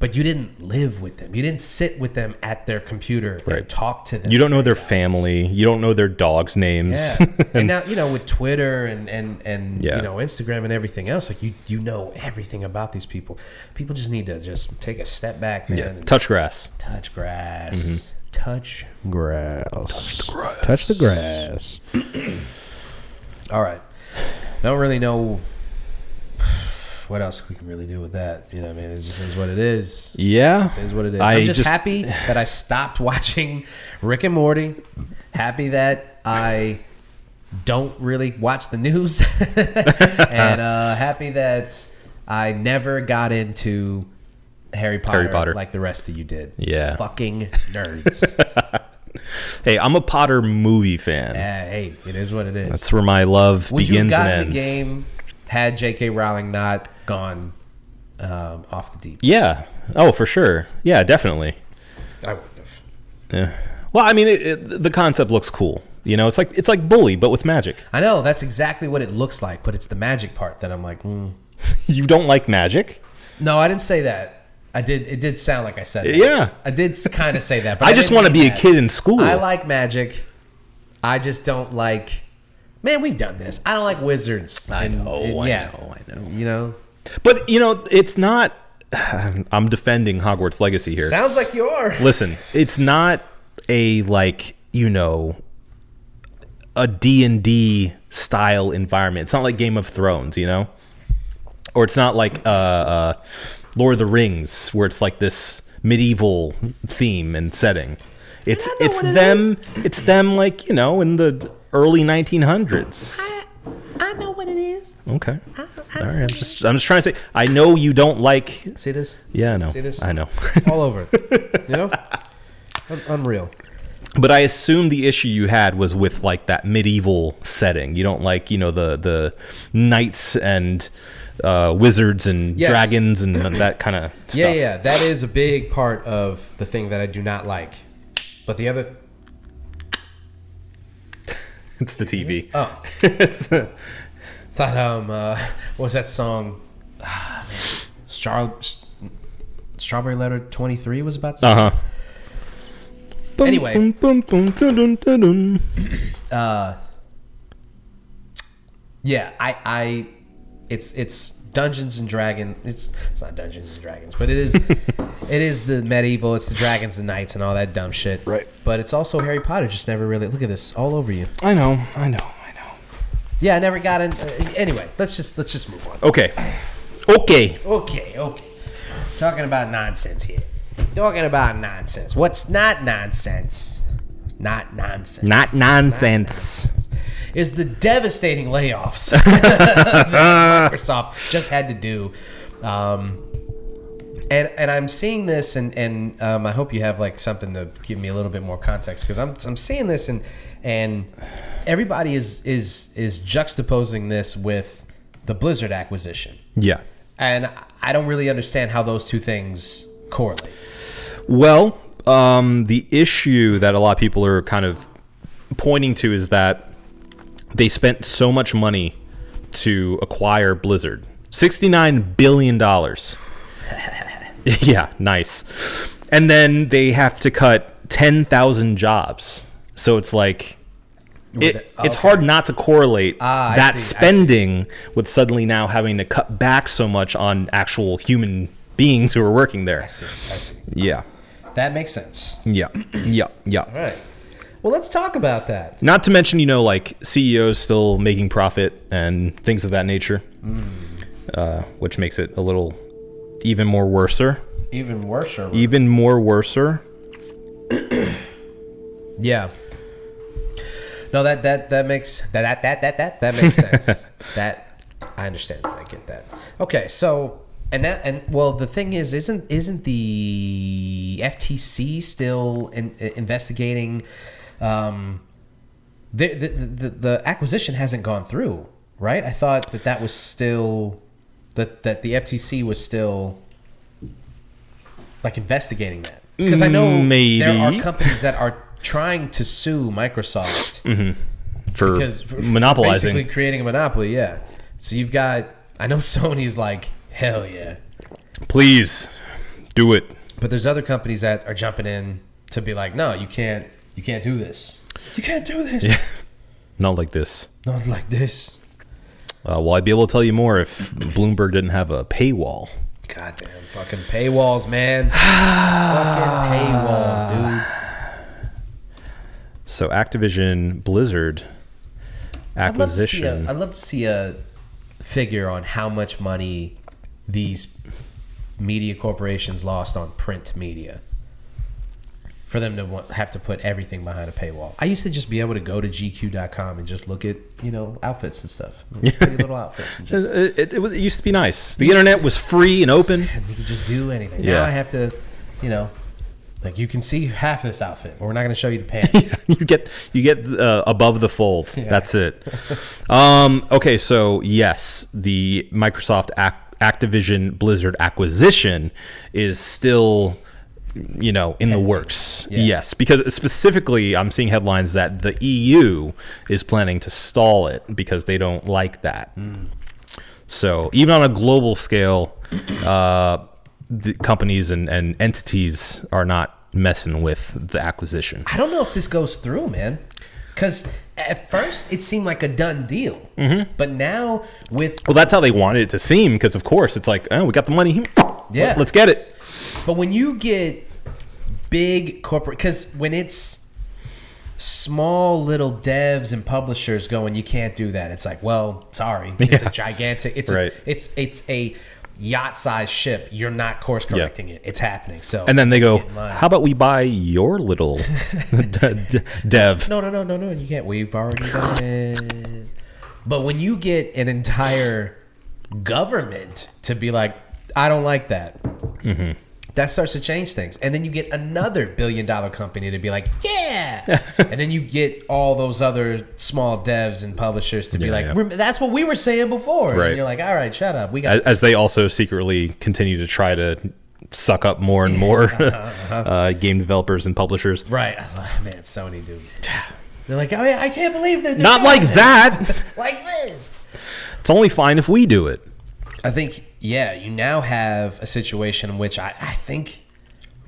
S1: But you didn't live with them. You didn't sit with them at their computer
S2: Right.
S1: and talk to them.
S2: you don't know their family. You don't know their dogs' names.
S1: Yeah. and now you know with Twitter and and and
S2: Yeah.
S1: you know Instagram and everything else, like you you know everything about these people. People just need to just take a step back, man.
S2: yeah.
S1: and
S2: Touch Mm-hmm. grass.
S1: touch grass. Touch grass. Touch the grass. Touch the grass. All right. Don't really know what else we can really do with that. You know, what I mean, it just is what it is.
S2: Yeah.
S1: It is what it is.
S2: I
S1: I'm just,
S2: just-
S1: happy that I stopped watching Rick and Morty. Happy that I don't really watch the news, and uh, happy that I never got into Harry Potter,
S2: Harry Potter.
S1: like the rest of you did.
S2: Yeah.
S1: fucking nerds. uh,
S2: Hey, I'm a Potter movie fan.
S1: hey, it is what it is.
S2: That's where my love
S1: Would you have
S2: begins and
S1: gotten
S2: ends.
S1: the game had J.K. Rowling not gone um, off the deep?
S2: Yeah. Oh, for sure. Yeah, definitely.
S1: I wouldn't have.
S2: Yeah. Well, I mean, it, it, the concept looks cool. You know, it's like it's like bully, but with magic.
S1: I know that's exactly what it looks like, but it's the magic part that I'm like. Hmm.
S2: You don't like magic.
S1: No, I didn't say that. I did. It did sound like I said. That.
S2: Yeah.
S1: I did kind of say that. But
S2: I, just
S1: didn't
S2: want to
S1: mean
S2: be a
S1: that.
S2: kid in school.
S1: I like magic. I just don't like. Man, we've done this. I don't like wizards. Oh, I
S2: know, I know, I know.
S1: You know.
S2: but you know, it's not. I'm defending Hogwarts Legacy here.
S1: Sounds like you are.
S2: Listen, it's not a like you know a D and D style environment. It's not like Game of Thrones, you know, or it's not like uh, uh, Lord of the Rings, where it's like this medieval theme and setting. It's
S1: know
S2: it's
S1: what it
S2: them. It's them like you know in the early 1900s.
S1: I know what it is.
S2: Okay.
S1: I,
S2: All right, I'm just I'm just trying to say I know you don't like.
S1: See this?
S2: Yeah, I know.
S1: See this?
S2: I know.
S1: All over it. you know? Un- unreal.
S2: But I assume the issue you had was with like that medieval setting. You don't like, you know, the the knights and uh, wizards and
S1: Yes.
S2: dragons and that kind of stuff.
S1: Yeah, yeah. That is a big part of the thing that I do not like. But the other.
S2: It's the TV.
S1: Oh.
S2: It's-
S1: thought um uh, what was that song Ah, man. Star- S- strawberry letter 23 was about this
S2: uh-huh.
S1: Anyway.
S2: Boom, boom, boom, dun, dun, dun, dun.
S1: yeah i i it's it's dungeons and dragons it's it's not dungeons and dragons but it is it is the medieval it's the dragons and knights and all that dumb shit
S2: Right.
S1: but it's also harry potter just never really look at this all over you
S2: I know. I know. I know.
S1: yeah i never got in uh, anyway let's just let's just move on
S2: Okay. Okay.
S1: Okay, okay. Talking about nonsense here. Talking about nonsense. What's not nonsense? Not nonsense.
S2: Not nonsense.
S1: Is the devastating layoffs that Microsoft just had to do. Um, and, and I'm seeing this, and, and um, I hope you have like something to give me a little bit more context because I'm, I'm seeing this, and and everybody is is is juxtaposing this with the Blizzard acquisition
S2: Yeah.
S1: and I don't really understand how those two things correlate.
S2: Well, um, the issue that a lot of people are kind of pointing to is that they spent so much money to acquire Blizzard $69 billion. yeah, nice. And then they have to cut 10,000 jobs. So it's like. It,
S1: the-
S2: It's
S1: okay.
S2: hard not to correlate
S1: Ah, I
S2: that
S1: see, I see.
S2: spending with suddenly now having to cut back so much on actual human beings who are working there.
S1: I see. I see.
S2: Yeah.
S1: That makes sense.
S2: Yeah, yeah,
S1: All
S2: yeah.
S1: right. Well, let's talk about that.
S2: Not to mention, you know, like CEOs still making profit and things of that nature, uh, which makes it a little even more worser.
S1: Even worse. or-
S2: Even more worser.
S1: Yeah. No, that that that makes that that that that that, that makes sense. that I understand. I get that. Okay, so and that and well, the thing is, isn't isn't the FTC still in, in- investigating? Um, the, the the the acquisition hasn't gone through, right? I thought that that was still that that the FTC was still like investigating that because I know there are
S2: Maybe.
S1: companies that are trying to sue Microsoft
S2: For
S1: because for- for
S2: monopolizing.
S1: basically creating a monopoly. Yeah. So you've got I know Sony's like hell yeah,
S2: Please do it.
S1: but there's other companies that are jumping in to be like, no, you can't, you can't do this, you can't do this,
S2: Not like this.
S1: not like this.
S2: Uh, well, I'd be able to tell you more if Bloomberg didn't have a paywall.
S1: Goddamn fucking paywalls, man. fucking paywalls, dude.
S2: So Activision Blizzard
S1: I'd love E to see
S2: acquisition.
S1: a, I'd love to see a figure on how much money these media corporations lost on print media for them to want, have to put everything behind a paywall. I used to just be able to go to GQ.com and just look at you know outfits and stuff, pretty little outfits, and just
S2: it, it, it, was- it used to be nice. The internet was free and open.
S1: and you could just do anything.
S2: Yeah.
S1: Now I have to, you know, like you can see half this outfit, but we're not going to show you the pants.
S2: you get you get uh, above the fold. That's it. Um, okay, so yes, the Microsoft Ac- Activision Blizzard acquisition is still you know in the works.
S1: Yeah.
S2: Yes, because specifically I'm seeing headlines that the EU is planning to stall it because they don't like that. So even on a global scale, uh, the companies and, and entities are not messing with the acquisition.
S1: I don't know if this goes through, man. Because at first it seemed like a done deal,
S2: Mm-hmm.
S1: but now with
S2: Well, that's how they wanted it to seem, because of course it's like, oh, we got the money.
S1: Yeah.
S2: let's get it.
S1: But when you get big corporate, because when it's small little devs and publishers going, you can't do that. It's like, well, sorry, it's
S2: Yeah.
S1: a gigantic. It's
S2: Right.
S1: a, it's it's a yacht sized ship. You're not course correcting it. It's happening. So
S2: And then they go,
S1: Get in line.
S2: how about we buy your little d- d- dev?
S1: no, no, no, no, no. You can't. We've already done it. But when you get an entire government to be like, I don't like that.
S2: Mm-hmm.
S1: That starts to change things. And then you get another billion dollar company to be like, yeah. and then you get all those other small devs and publishers to be
S2: Yeah,
S1: like,
S2: yeah.
S1: "Rem- that's what we were saying before.
S2: Right.
S1: And you're like, all right, shut up. We got
S2: as, as they also secretly continue to try to suck up more and more uh, game developers and publishers.
S1: Uh-huh. Right. Man, Sony, dude. They're like, oh, yeah, I can't believe they're, they're
S2: Not
S1: doing
S2: like
S1: this.
S2: that.
S1: Like this.
S2: It's only fine if we do it.
S1: I think, yeah, you now have a situation in which I, I think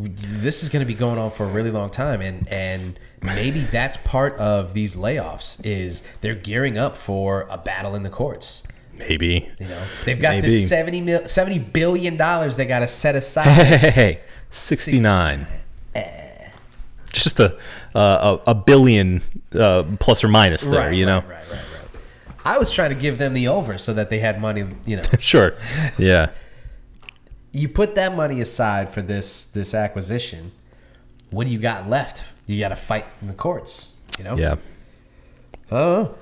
S1: this is going to be going on for a really long time. And, and maybe that's part of these layoffs is they're gearing up for a battle in the courts.
S2: Maybe.
S1: You know, they've got
S2: Maybe.
S1: this 70, mil, 70 billion dollars they got to set
S2: Hey,
S1: aside.
S2: hey, hey, hey. 69.
S1: Eh.
S2: Just a, uh, a a billion uh, plus or minus there,
S1: Right,
S2: you know.
S1: right, right, right, right. I was trying to give them the over so that they had money, you know.
S2: Sure. Yeah.
S1: you put that money aside for this this acquisition what do you got left you got to fight in the courts you know
S2: Yeah.
S1: oh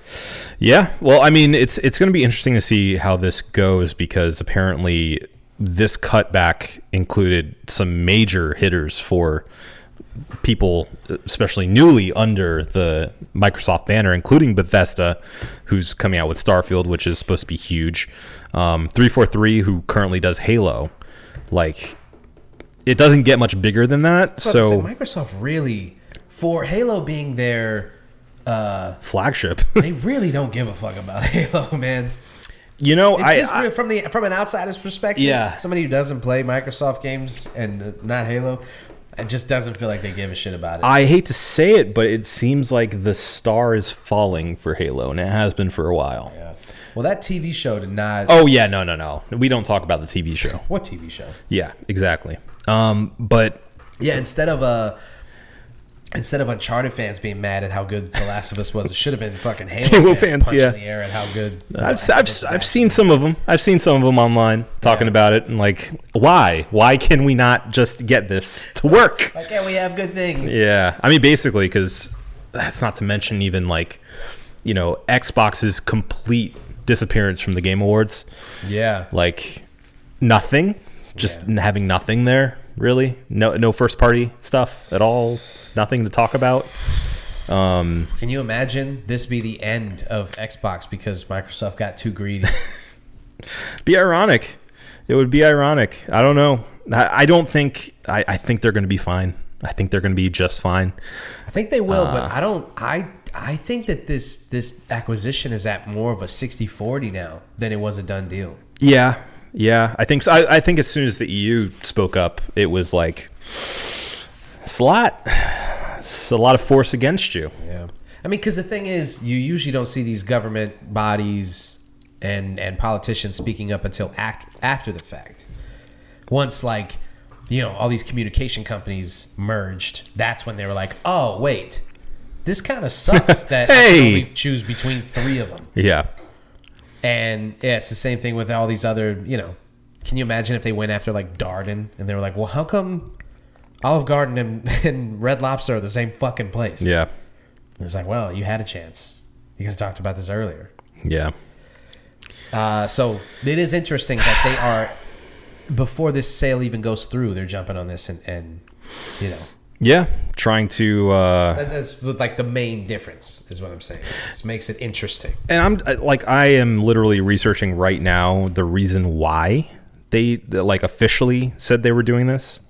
S2: Yeah. Well, I mean, it's it's going to be interesting to see how this goes because apparently this cutback included some major hitters for people, especially newly under the Microsoft banner, including Bethesda, who's coming out with Starfield, which is supposed to be huge. Um, 343, who currently does Halo, like it doesn't get much bigger than that.
S1: so
S2: So
S1: microsoft really for halo being there
S2: flagship,
S1: they really don't give a fuck about halo man
S2: you know,
S1: it's
S2: I,
S1: just
S2: I-
S1: weird from the from an outsider's perspective
S2: Yeah.
S1: somebody who doesn't play microsoft games and uh, not halo it just doesn't feel like they give a shit about it
S2: I hate to say it, but it seems like the star is falling for Halo, and it has been for a while.
S1: Yeah. well that tv show did not
S2: Oh yeah, no, no, no. We don't talk about the TV show.
S1: what tv show
S2: Yeah, exactly. Um, but
S1: Yeah, instead of uh instead of Uncharted fans being mad at how good The Last of Us was, it should have been fucking Halo,
S2: Halo fans,
S1: punching
S2: yeah. Uh,
S1: the air at how good. The
S2: I've
S1: Last of
S2: I've,
S1: Us is
S2: I've
S1: actually.
S2: seen some of them. I've seen some of them online talking about it, and like, why? Why can we not just get this to work?
S1: Like, yeah, we have good things.
S2: Yeah, I mean, basically, because that's not to mention even like, you know, Xbox's complete disappearance from the Game Awards.
S1: yeah.
S2: like nothing, just n having nothing there really. No, no first party stuff at all. Nothing to talk about. Um,
S1: Can you imagine this be the end of Xbox because Microsoft got too greedy?
S2: be ironic. It would be ironic. I don't know. I, I don't think. I, I think they're going to be fine. I think they're going to be just fine.
S1: I think they will, but I don't. I I think that this this acquisition is at more of a 60-40 now than it was a done deal.
S2: Yeah, yeah. I think so. I, I think as soon as the EU spoke up, it was like it's a lot. It's a lot of force against you.
S1: Yeah. I mean, because the thing is, you usually don't see these government bodies and and politicians speaking up until act, after the fact. Once, like, you know, all these communication companies merged, that's when they were like, oh, wait, this kind of sucks that I can
S2: Hey!
S1: only choose between three of them.
S2: Yeah.
S1: And yeah, it's the same thing with all these other, you know, can you imagine if they went after like Darden and they were like, well, how come Olive Garden and, and Red Lobster are the same fucking place?
S2: Yeah.
S1: It's like, well, you had a chance. You could have talked about this earlier.
S2: Yeah.
S1: Uh, so it is interesting that they are before this sale even goes through, they're jumping on this and, and you know
S2: Yeah. Trying to. Uh,
S1: that- that's like the main difference is what I'm saying. This makes it interesting.
S2: and I'm I- like I am literally researching right now the reason why they like officially said they were doing this,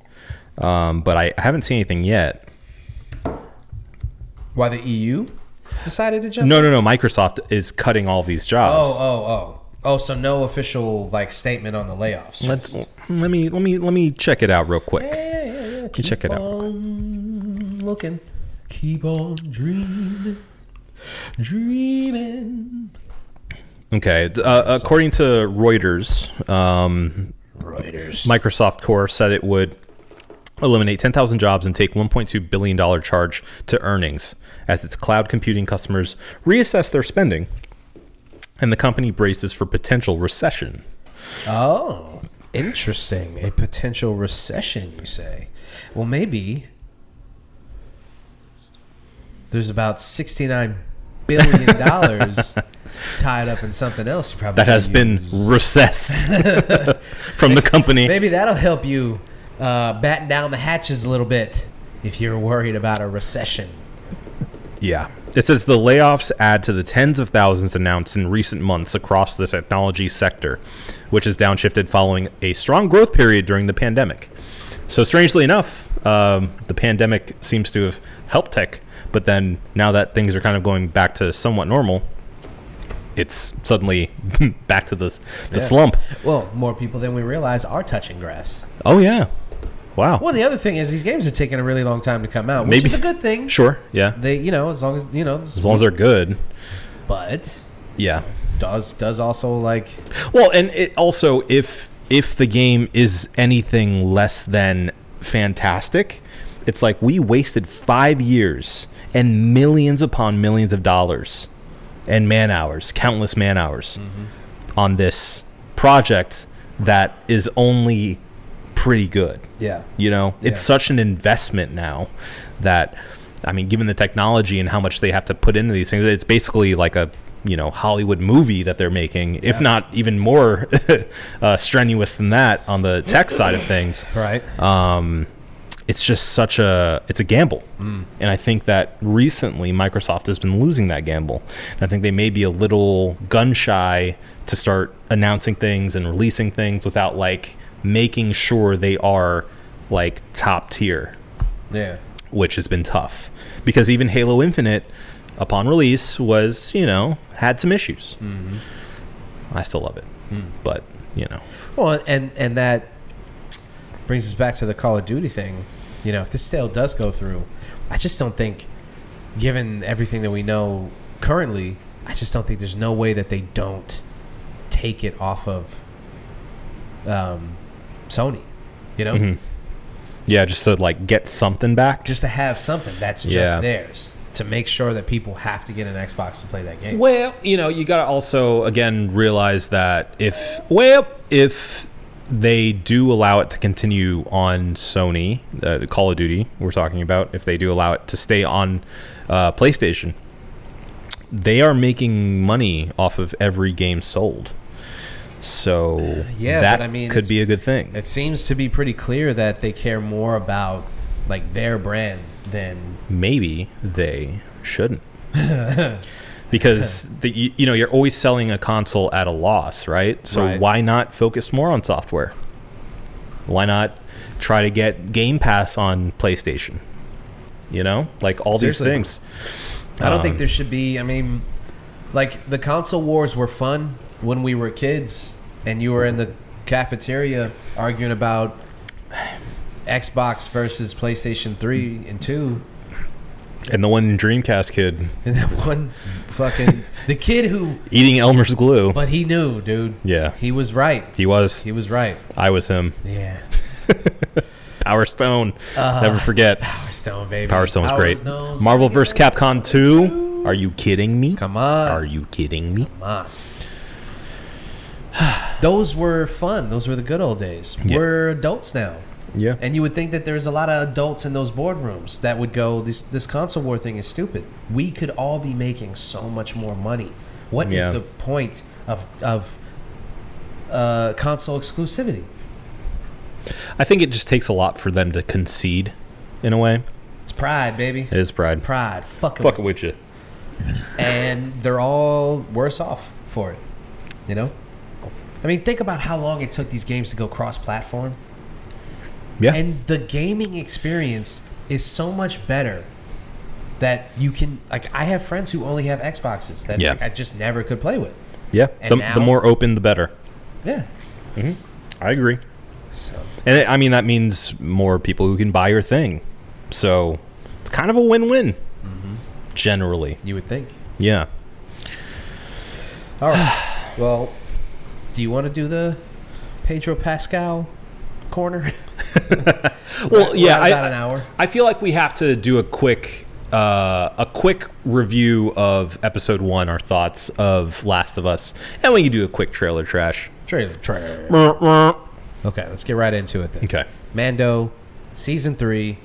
S2: um, but I haven't seen anything yet.
S1: Why the EU decided to jump?
S2: No, no, no. Microsoft is cutting all these
S1: Oh,
S2: jobs.
S1: oh, oh, oh. So no official like statement on the layoffs.
S2: Let's let me let me let me check it out real quick.
S1: yeah, yeah, yeah.
S2: Keep check it out.
S1: on looking. Keep on dreaming, dreaming.
S2: Okay, uh, according to Reuters, um,
S1: Reuters.
S2: Microsoft Core said it would eliminate 10,000 jobs and take $1.2 billion charge to earnings as its cloud computing customers reassess their spending and the company braces for potential recession.
S1: Oh, interesting. A potential recession, you say? Well, maybe. There's about $69 billion dollars tied up in something else. You probably
S2: that has
S1: could
S2: been
S1: use.
S2: recessed from the company.
S1: Maybe that'll help you uh, batten down the hatches a little bit if you're worried about a recession.
S2: Yeah. It says the layoffs add to the tens of thousands announced in recent months across the technology sector, which has downshifted following a strong growth period during the pandemic. So, strangely enough, um, the pandemic seems to have helped tech, but then now that things are kind of going back to somewhat normal, it's suddenly back to this, the slump.
S1: Well, more people than we realize are touching grass.
S2: Oh, yeah. Wow.
S1: Well, the other thing is these games are taking a really long time to come out, which
S2: Maybe-
S1: is a good thing.
S2: Sure. Yeah.
S1: They, you know, as long as you know,
S2: As long as they're good.
S1: but
S2: Yeah.
S1: does does also like
S2: Well, and it also if if the game is anything less than fantastic, it's like we wasted 5 years and millions upon millions of dollars and man hours, countless man hours on this project that is only pretty good.
S1: yeah.
S2: You know, it's
S1: Yeah.
S2: such an investment now that I mean, given the technology and how much they have to put into these things, it's basically like a you know Hollywood movie that they're making, if not even more uh, strenuous than that on the tech side of things.
S1: Right.
S2: Um, it's just such a it's a gamble, and I think that recently Microsoft has been losing that gamble. And I think they may be a little gun shy to start announcing things and releasing things without like making sure they are like top tier
S1: yeah.
S2: which has been tough because even Halo Infinite, upon release, was you know had some issues. I still love it, but you know,
S1: Well, and and that brings us back to the Call of Duty thing. You know, if this sale does go through, I just don't think, given everything that we know currently, I just don't think there's no way that they don't take it off of um, Sony. You know,
S2: yeah, just to like get something back.
S1: just to have something that's just
S2: Yeah.
S1: theirs to make sure that people have to get an Xbox to play that game.
S2: Well, you know, you gotta also again realize that if well if they do allow it to continue on Sony, uh, the Call of Duty we're talking about, if they do allow it to stay on uh, PlayStation, they are making money off of every game sold. So
S1: Yeah,
S2: that
S1: but I mean,
S2: could
S1: it's-
S2: be a good thing.
S1: It seems to be pretty clear that they care more about like their brand than
S2: maybe they shouldn't. because the, you, you know you're always selling a console at a loss, right? So
S1: Right.
S2: why not focus more on software? Why not try to get Game Pass on PlayStation? You know, like all
S1: Seriously.
S2: these things.
S1: I don't
S2: Um,
S1: think there should be. I mean, like the console wars were fun when we were kids, and you were in the cafeteria arguing about Xbox versus PlayStation Three and Two,
S2: And the one Dreamcast kid
S1: and that one fucking the kid who,
S2: eating Elmer's glue.
S1: but he knew, dude.
S2: Yeah.
S1: he was right.
S2: He was.
S1: He was right.
S2: I was him.
S1: Yeah,
S2: Power Stone. Never forget.
S1: Uh, Power Stone, baby.
S2: Power Stone was great.
S1: Stone's-
S2: Marvel vs. Capcom 2. Are you kidding me?
S1: Come on.
S2: Are you kidding me?
S1: Ma. Those were fun. Those were the good old days.
S2: Yeah.
S1: We're adults now.
S2: Yeah.
S1: And you would think that there's a lot of adults in those boardrooms that would go, this, this console war thing is stupid. We could all be making so much more money. What is
S2: Yeah.
S1: the point of, of uh, console exclusivity?
S2: I think it just takes a lot for them to concede, in a way.
S1: It's pride, baby.
S2: It is pride.
S1: Pride. Fucking.
S2: Fucking with you.
S1: and they're all worse off for it. You know? I mean, think about how long it took these games to go cross platform.
S2: Yeah.
S1: and the gaming experience is so much better that you can like i have friends who only have xboxes that
S2: Yeah.
S1: like, i just never could play with
S2: yeah.
S1: and
S2: The,
S1: now-
S2: the more open, the better.
S1: yeah
S2: I agree.
S1: so
S2: And it, I mean, that means more people who can buy your thing. So it's kind of a win win,
S1: Mm-hmm.
S2: generally.
S1: you would think
S2: Yeah.
S1: all right well do you want to do the pedro pascal corner
S2: Well, yeah.
S1: We're at
S2: I,
S1: about an hour
S2: I feel like we have to do a quick. Uh, a quick review of episode one, our thoughts of Last of Us, and we can do a quick trailer trash.
S1: trailer trailer
S2: Okay.
S1: okay let's get right into it then mando season three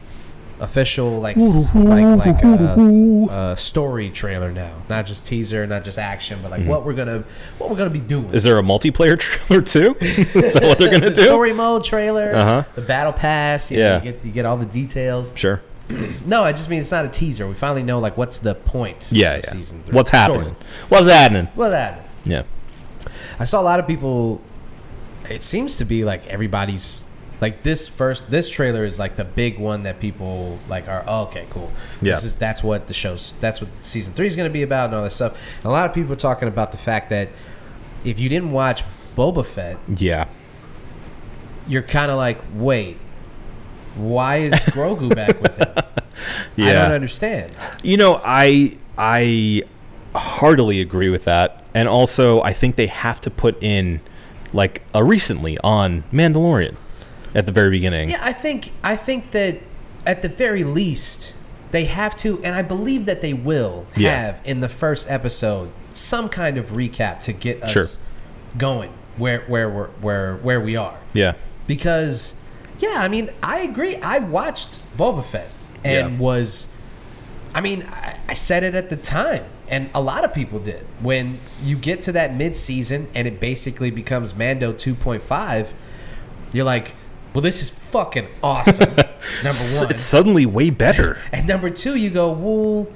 S1: official like s- like like uh, uh, story trailer now, not just teaser, not just action, but like what we're gonna what we're gonna be doing.
S2: Mm-hmm. Is there a multiplayer trailer too? Is that what they're gonna
S1: the
S2: do?
S1: story mode trailer,
S2: Uh-huh.
S1: the battle pass. You
S2: Yeah.
S1: know, you get you get all the details.
S2: Sure.
S1: No, I just mean it's not a teaser. We finally know like what's the point.
S2: Yeah,
S1: of
S2: yeah.
S1: Season three.
S2: What's
S1: Sort of.
S2: happening? What's happening?
S1: What's happening?
S2: Yeah.
S1: I saw a lot of people. It seems to be like everybody's like this first. This trailer is like the big one that people like are oh, okay, cool.
S2: Yeah.
S1: This is that's what the show's that's what season three is going to be about and all this stuff. And a lot of people are talking about the fact that if you didn't watch Boba Fett,
S2: Yeah.
S1: you're kind of like, wait, why is Grogu back with him? I
S2: Yeah.
S1: don't understand.
S2: You know, I I heartily agree with that, and also I think they have to put in like a recently on Mandalorian at the very beginning.
S1: Yeah, I think I think that at the very least they have to, and I believe that they will
S2: Yeah.
S1: have in the first episode some kind of recap to get us
S2: Sure.
S1: going where where we're where where we are.
S2: Yeah.
S1: Because yeah, I mean, I agree. I watched Boba Fett and
S2: Yeah.
S1: was I mean, I, I said it at the time, and a lot of people did. When you get to that mid season and it basically becomes Mando 2.5, you're like, well, this is fucking awesome. number
S2: S-
S1: one.
S2: It's suddenly way better.
S1: and number two, you go, well,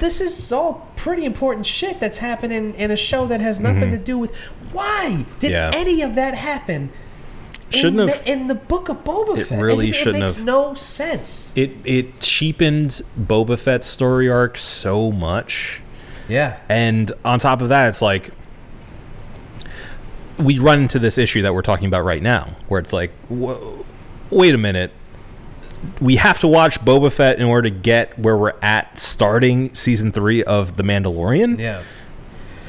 S1: this is all pretty important shit that's happening in a show that has nothing to do with. Why did
S2: Mm-hmm. Yeah.
S1: any of that happen? in
S2: Shouldn't have.
S1: the- in the book of Boba
S2: It
S1: Fett.
S2: really
S1: it,
S2: shouldn't
S1: It makes
S2: have.
S1: no sense.
S2: It it cheapened Boba Fett's story arc so much.
S1: Yeah,
S2: And on top of that, it's like we run into this issue that we're talking about right now, where it's like, whoa, wait a minute. We have to watch Boba Fett in order to get where we're at starting season three of The Mandalorian.
S1: yeah.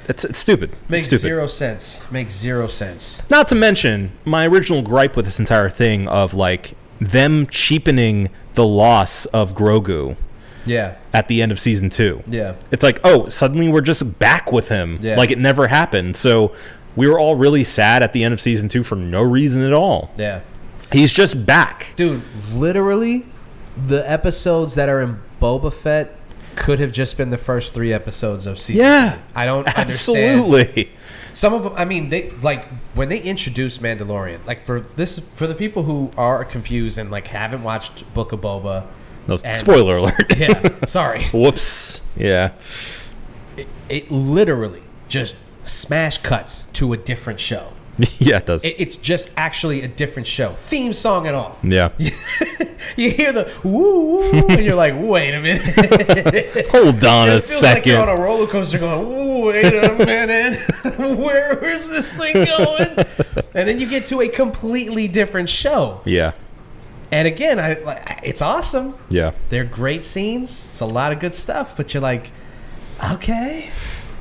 S2: It's, it's stupid.
S1: Makes
S2: it's stupid.
S1: zero sense. Makes zero sense.
S2: Not to mention my original gripe with this entire thing of like them cheapening the loss of Grogu
S1: Yeah,
S2: at the end of season two.
S1: yeah.
S2: It's like, oh, suddenly we're just back with him.
S1: Yeah.
S2: Like it never happened. So we were all really sad at the end of season two for no reason at all.
S1: Yeah.
S2: He's just back.
S1: Dude, literally, the episodes that are in Boba Fett could have just been the first three episodes of season.
S2: Yeah.
S1: three. I don't understand.
S2: Absolutely.
S1: Some of them, I mean, they like when they introduced Mandalorian. Like for this, for the people who are confused and like haven't watched Book of Boba.
S2: No,
S1: and-
S2: spoiler alert.
S1: Yeah, sorry.
S2: Whoops. Yeah.
S1: It literally just smash cuts to a different show.
S2: yeah, it does.
S1: It, it's just actually a different show, theme song and all.
S2: yeah.
S1: you hear the woo, woo and you're like, wait a minute.
S2: Hold on a
S1: it feels like you're on
S2: second.
S1: a roller coaster going, "Ooh, wait a minute, where where's this thing going? and then you get to a completely different show.
S2: yeah.
S1: And again, I like, it's awesome.
S2: Yeah.
S1: They're great scenes. It's a lot of good stuff, but you're like, okay.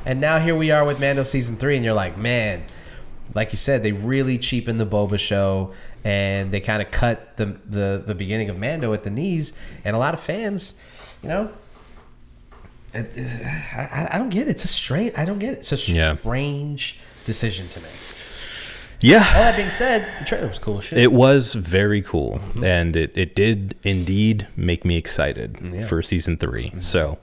S1: And now here we are with Mando season three, and you're like, man, like you said, they really cheapened the Boba show, and they kind of cut the, the the beginning of Mando at the knees, and a lot of fans, you know, it, it- I, I don't get it. It's a straight. I don't get it. It's a
S2: Yeah.
S1: strange decision to make. All
S2: Yeah.
S1: that being said, the trailer was cool as shit.
S2: It was very cool.
S1: Mm-hmm.
S2: And it, it did indeed make me excited for season 3
S1: Mm-hmm.
S2: So,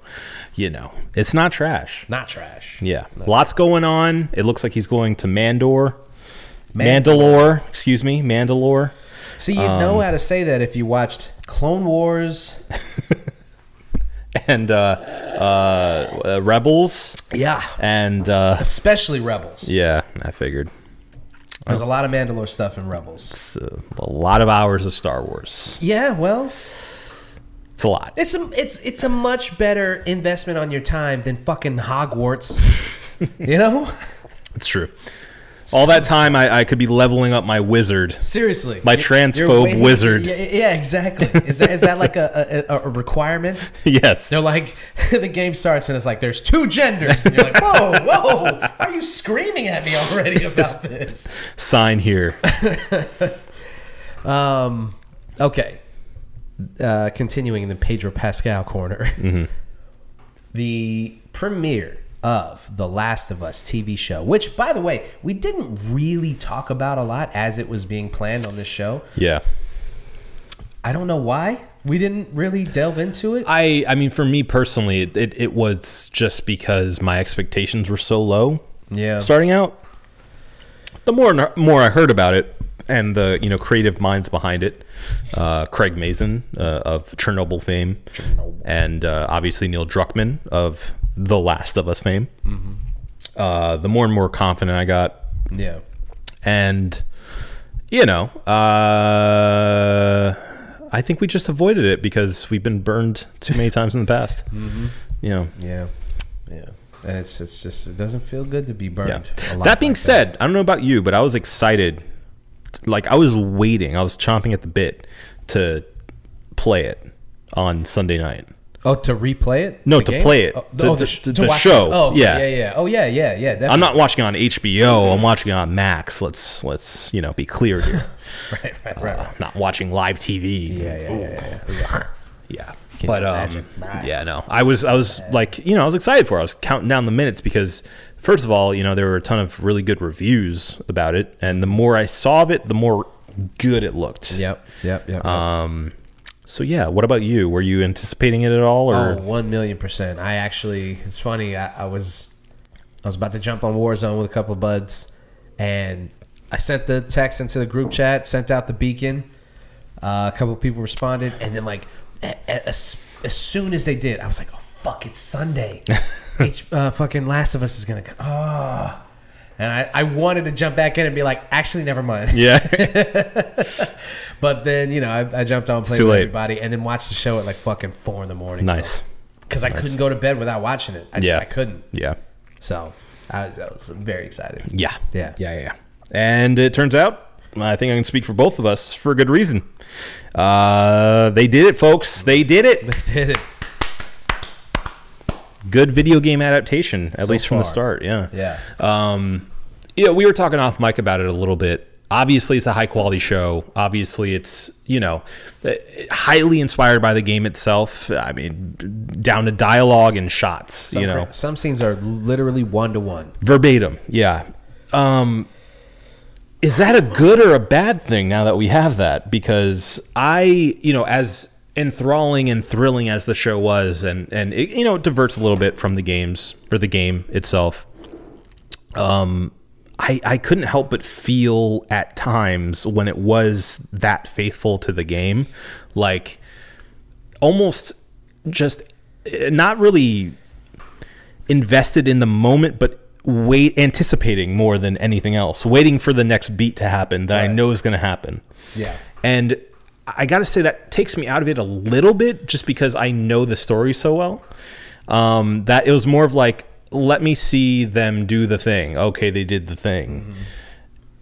S2: you know, it's not trash.
S1: Not trash.
S2: Yeah, lots going on. It looks like he's going to Mandor,
S1: Man-
S2: Mandalore. Excuse me, Mandalore.
S1: See, you know
S2: Um,
S1: how to say that if you watched Clone Wars.
S2: And uh, uh, uh, Rebels.
S1: Yeah.
S2: And uh,
S1: especially Rebels.
S2: yeah, I figured
S1: There's a lot of Mandalore stuff in Rebels.
S2: it's a, a lot of hours of Star Wars.
S1: Yeah, well,
S2: It's a lot.
S1: it's a it's it's a much better investment on your time than fucking Hogwarts. you know,
S2: It's true. All that time, I, I could be leveling up my wizard.
S1: seriously,
S2: My
S1: You're-
S2: transphobe
S1: you're waiting-
S2: wizard.
S1: Yeah, yeah, exactly. Is that is that like a a, a- a requirement?
S2: yes.
S1: They're like the game starts and it's like there's two genders. And you're like, whoa, whoa, why are you screaming at me already about this?
S2: Sign here.
S1: Um, okay. Uh, continuing in the Pedro Pascal corner,
S2: Mm-hmm.
S1: the premiere of the Last of Us TV show, which, by the way, we didn't really talk about a lot as it was being planned on this show.
S2: Yeah.
S1: I don't know why. We didn't really delve into it.
S2: I I mean, for me personally, it, it, it was just because my expectations were so low
S1: yeah.
S2: starting out. The more and more I heard about it, and the you know creative minds behind it, uh, Craig Mazin uh, of Chernobyl fame, and uh, obviously Neil Druckmann of The Last of Us fame. Uh, the more and more confident I got,
S1: Yeah.
S2: and you know uh, i think we just avoided it because we've been burned too many times in the past you know
S1: Yeah. Yeah. And it's it's just it doesn't feel good to be
S2: yeah
S1: burned. a lot
S2: that being
S1: like
S2: said i don't know about you but i was excited like i was waiting i was chomping at the bit to play it on sunday night
S1: oh, to replay it? Oh,
S2: No, to play it. To- to-
S1: sh-
S2: to- to
S1: watch
S2: show.
S1: it. Oh,
S2: Yeah.
S1: yeah, yeah, yeah. Oh, yeah, yeah, yeah. Definitely.
S2: i'm not watching on hbo i'm watching on max let's let's you know be clear here Uh,
S1: right, right, right.
S2: I'm not watching live tv
S1: yeah, yeah, yeah, yeah.
S2: Yeah. But um,
S1: imagine? Nah.
S2: yeah, no. I was I was like, you know, I was excited for. it. I was counting down the minutes because first of all, you know, there were a ton of really good reviews about it, and the more I saw of it, the more good it looked.
S1: Yep, yep, yep.
S2: Um. So yeah, what about you? Were you anticipating it at all,
S1: Oh,
S2: or
S1: one million percent. I actually, it's funny. I, I was, I was about to jump on Warzone with a couple of buds, and I sent the text into the group chat, sent out the beacon. Uh, a couple of people responded, and then like, a- a- as, as soon as they did, I was like, oh fuck, it's Sunday. H, uh, fucking Last of Us is gonna come. Oh. And I, I wanted to jump back in and be like, actually, never mind.
S2: yeah,
S1: But then, you know, I, I jumped on, played
S2: too
S1: with
S2: late.
S1: everybody, and then watched the show at like fucking four in the morning.
S2: nice.
S1: because I couldn't go to bed without watching it. I,
S2: Yeah.
S1: I couldn't.
S2: Yeah.
S1: So I was, I was very excited.
S2: Yeah.
S1: Yeah.
S2: Yeah. Yeah. And it turns out, I think I can speak for both of us for good reason. Uh, they did it, folks. They did it.
S1: Did it.
S2: good video game adaptation, at least from the
S1: far.
S2: start. Yeah.
S1: Yeah.
S2: Um, yeah, we were talking off mic about it a little bit. Obviously, it's a high quality show. Obviously, it's you know eh, highly inspired by the game itself. I mean, down to dialogue and shots.
S1: Some,
S2: you know,
S1: some scenes are literally one to one.
S2: verbatim. Yeah. Um, is that a good or a bad thing now that we have that? Because I, you know, as enthralling and thrilling as the show was, and and it, you know, it diverts a little bit from the games or the game itself. Um, I I couldn't help but feel at times when it was that faithful to the game, like almost just eh, not really invested in the moment, but wait anticipating more than anything else, waiting for the next beat to happen that I know is going to happen.
S1: Yeah.
S2: And I got to say that takes me out of it a little bit, just because I know the story so well. Um, that it was more of like, let me see them do the thing. Okay, they did the thing.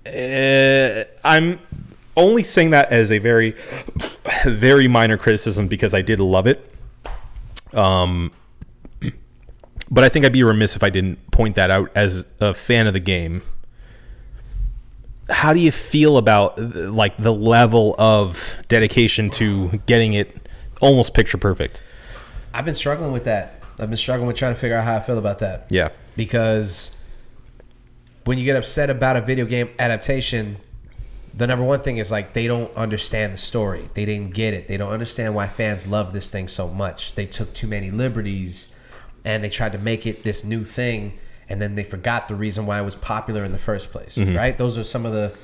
S2: Uh, I'm only saying that as a very, very minor criticism because I did love it. Um, But I think I'd be remiss if I didn't point that out as a fan of the game. How do you feel about th- like the level of dedication to getting it almost picture perfect?
S1: I've been struggling with that. I've been struggling with trying to figure out how I feel about that.
S2: Yeah.
S1: Because when you get upset about a video game adaptation, the number one thing is like they don't understand the story. They didn't get it. They don't understand why fans love this thing so much. They took too many liberties and they tried to make it this new thing and then they forgot the reason why it was popular in the first place, right? Those are some of the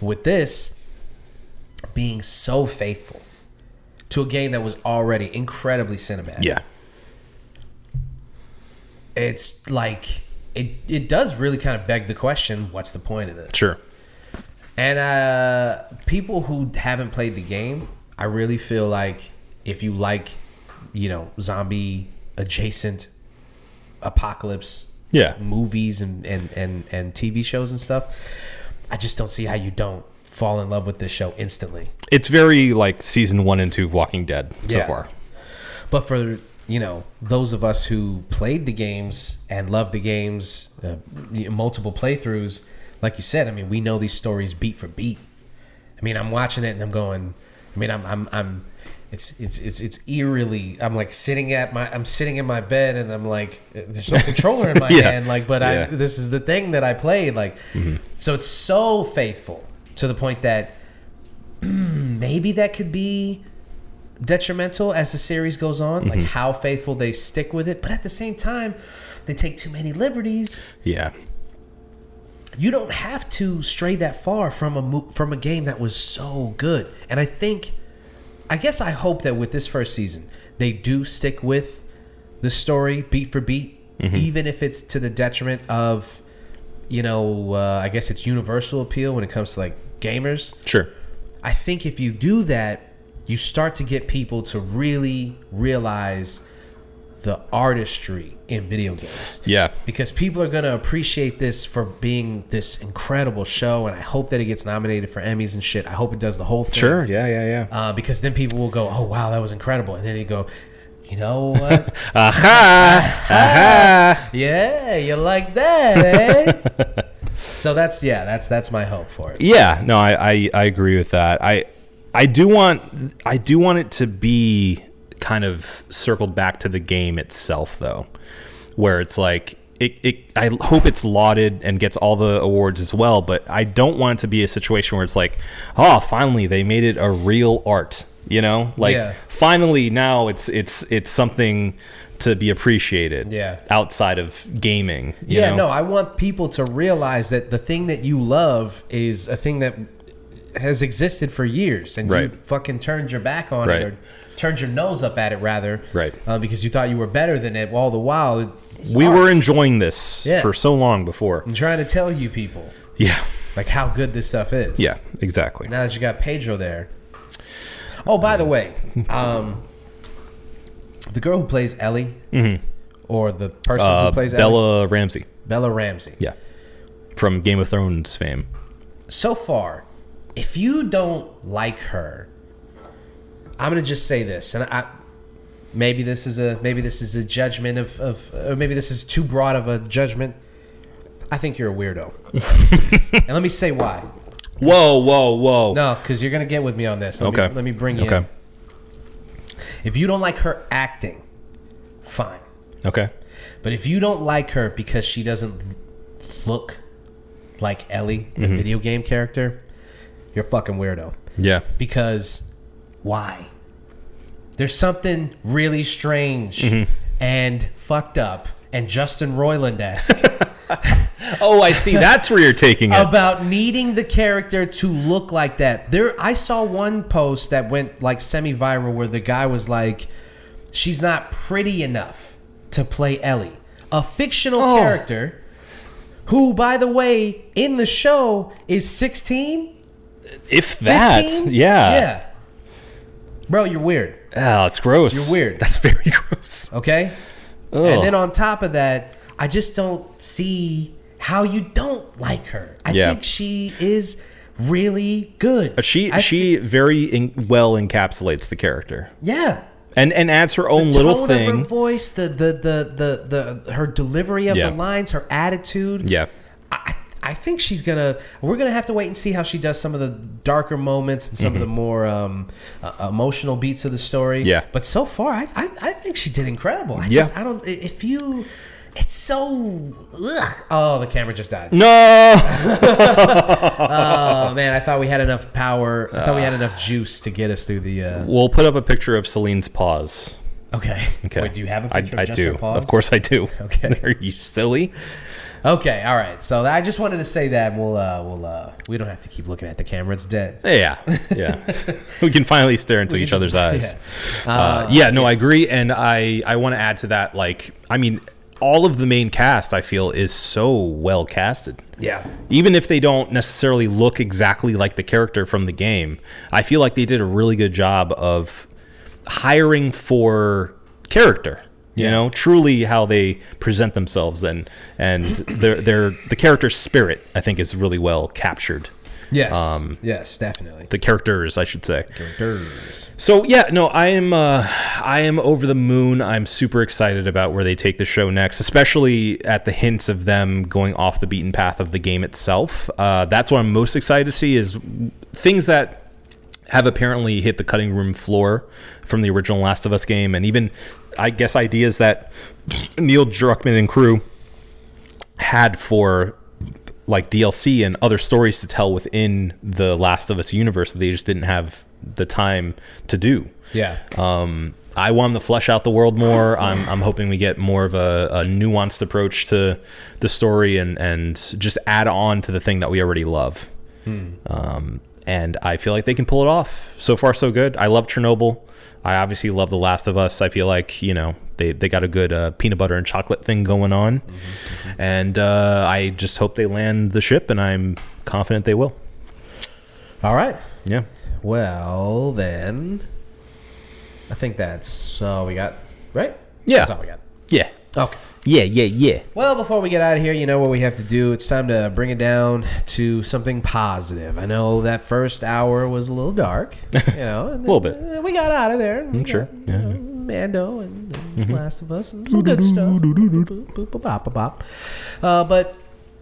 S1: with this being so faithful to a game that was already incredibly cinematic it's like it it does really kind of beg the question what's the point of this
S2: Sure.
S1: and uh people who haven't played the game i really feel like if you like you know zombie adjacent apocalypse
S2: Yeah.
S1: movies and and and, and tv shows and stuff i just don't see how you don't fall in love with this show instantly
S2: It's very like season one and two of Walking Dead so
S1: Yeah.
S2: far.
S1: But for you know those of us who played the games and love the games, uh, y- multiple playthroughs, like you said, I mean, we know these stories beat for beat. I mean, I'm watching it and I'm going. I mean, I'm I'm I'm. It's it's it's it's eerily. I'm like sitting at my. I'm sitting in my bed and I'm like, uh, there's no controller in my
S2: Yeah.
S1: hand. Like, but
S2: Yeah. Mm-hmm.
S1: I this is the thing that I played. Like, so it's so faithful to the point that maybe that could be detrimental as the series goes on, like how faithful they stick with it. But at the same time, they take too many liberties.
S2: Yeah.
S1: You don't have to stray that far from a mo- from a game that was so good. And I think, I guess, I hope that with this first season, they do stick with the story beat for beat, even if it's to the detriment of, you know, uh, I guess it's universal appeal when it comes to like gamers.
S2: Sure.
S1: I think if you do that, you start to get people to really realize the artistry in video games.
S2: Yeah.
S1: Because people are going to appreciate this for being this incredible show, and I hope that it gets nominated for Emmys and shit. I hope it does the whole thing.
S2: Sure. Yeah. Yeah. Yeah.
S1: Uh, because then people will go, oh, wow, that was incredible. And then they go, you know what?
S2: Aha! Aha!
S1: yeah, you like that, eh? so that's, yeah, that's that's my hope for it.
S2: Yeah. No, I, I I agree with that. I I do want I do want it to be kind of circled back to the game itself though, where it's like. It, it, I hope it's lauded and gets all the awards as well, but I don't want it to be a situation where it's like, oh, finally they made it a real art, you know? Like,
S1: Yeah.
S2: finally now it's it's it's something to be appreciated
S1: Yeah.
S2: outside of gaming. you
S1: yeah,
S2: know?
S1: no, I want people to realize that the thing that you love is a thing that has existed for years, and you
S2: Right.
S1: fucking turned your back on
S2: Right.
S1: it or turned your nose up at it rather,
S2: Right.
S1: Uh, because you thought you were better than it. All the while, it's
S2: we
S1: art.
S2: were enjoying this
S1: Yeah. Mm.
S2: for so long before.
S1: I'm trying to tell you people
S2: Yeah.
S1: like how good this stuff is.
S2: Yeah, exactly.
S1: Now that you got Pedro there. Oh, by the way, um, the girl who plays Ellie, or the person
S2: Mm-hmm. Uh,
S1: who plays Ellie,
S2: Bella Ramsey.
S1: Bella Ramsey.
S2: Yeah. From Game of Thrones fame.
S1: so far, if you don't like her, I'm gonna just say this, and I maybe this is a maybe this is a judgment of of or maybe this is too broad of a judgment. I think you're a weirdo, and let me say why.
S2: Whoa, whoa, whoa.
S1: No, because you're gonna get with me on this. Let
S2: okay.
S1: Me, let me bring you.
S2: Okay.
S1: In. If you don't like her acting, fine.
S2: Okay.
S1: But if you don't like her because she doesn't look like Ellie, the
S2: Mm-hmm.
S1: video game character, you're a fucking weirdo.
S2: Yeah.
S1: because why? There's something really strange
S2: Mm-hmm.
S1: and fucked up and Justin Roiland esque
S2: Oh, I see. That's where you're taking it.
S1: about needing the character to look like that. There, I saw one post that went like semi viral where the guy was like, "She's not pretty enough to play Ellie, a fictional
S2: Oh.
S1: character." Who, by the way, in the show is 16?
S2: if that.
S1: 15?
S2: Yeah.
S1: Yeah. Bro, you're weird.
S2: Yeah. Oh, it's gross.
S1: You're weird.
S2: That's very gross.
S1: Okay?
S2: Ugh.
S1: And then on top of that, I just don't see how you don't like her. I
S2: Yeah.
S1: think she is really good.
S2: Uh, she
S1: I
S2: she very in, well encapsulates the character
S1: yeah.
S2: and and adds her own little
S1: Tone Of her
S2: thing.
S1: voice, the the the the the her delivery of
S2: Yeah.
S1: the lines, her attitude.
S2: Yeah.
S1: I I think she's gonna. We're gonna have to wait and see how she does some of the darker moments and some of the more um, uh, emotional beats of the story.
S2: Mm-hmm. Yeah.
S1: But so far, I I, I think she did incredible. I
S2: Yeah.
S1: just I don't. i- If you, it's so. Ugh. Oh, the camera just died.
S2: No.
S1: Oh man, I thought we had enough power. I thought we had
S2: Uh.
S1: enough juice to get us through the. Uh,
S2: we'll put up a picture of Celine's paws.
S1: okay.
S2: Okay.
S1: Wait, do you have a
S2: I-
S1: picture
S2: I,
S1: of just
S2: do.
S1: her paws?
S2: Of course I do.
S1: Okay.
S2: Are you silly?
S1: Okay. All right. So I just wanted to say that and we'll uh, we'll uh, we don't have to keep looking at the camera. It's dead.
S2: Yeah. Yeah. we can finally stare into
S1: We
S2: each
S1: just-
S2: other's eyes.
S1: yeah.
S2: Yeah. Uh, yeah, no, I agree and I I want to add to that like I mean all of the main cast I feel is so well casted.
S1: Yeah.
S2: Even if they don't necessarily look exactly like the character from the game, I feel like they did a really good job of hiring for character. You
S1: Yeah.
S2: know, truly how they present themselves and and their their the character spirit I think is really well captured.
S1: Yes.
S2: Um,
S1: yes, definitely.
S2: The characters, I should say. So yeah, no, I am uh, I am over the moon. I'm super excited about where they take the show next, especially at the hints of them going off the beaten path of the game itself. Uh, that's what I'm most excited to see is things that have apparently hit the cutting room floor from the original Last of Us game, and even I guess ideas that Neil Druckmann and crew had for like DLC and other stories to tell within the Last of Us universe that they just didn't have the time to do.
S1: Yeah.
S2: Um, I want to flesh out the world more. I'm, I'm hoping we get more of a, a nuanced approach to the story and, and just add on to the thing that we already love. Um, and I feel like they can pull it off. So far, so good. I love Chernobyl. I obviously love The Last of Us. I feel like, you know, they, they got a good uh, peanut butter and chocolate thing going on. And uh, I just hope they land the ship, and I'm confident they will.
S1: All right.
S2: Yeah.
S1: Well, then, I think that's all we got, right?
S2: Yeah.
S1: That's all we got.
S2: Yeah.
S1: Okay.
S2: Yeah, yeah, yeah.
S1: Well, before we get out of here, you know what we have to do. It's time to bring it down to something positive. I know that first hour was a little dark, you know, and
S2: Little bit.
S1: uh, We got out of there.
S2: I'm sure.
S1: You know,
S2: Yeah.
S1: Mm-hmm. Mando and, and
S2: Mm-hmm.
S1: Last of Us and some good stuff. Boop, boop, boop, bop, bop, bop. Uh, but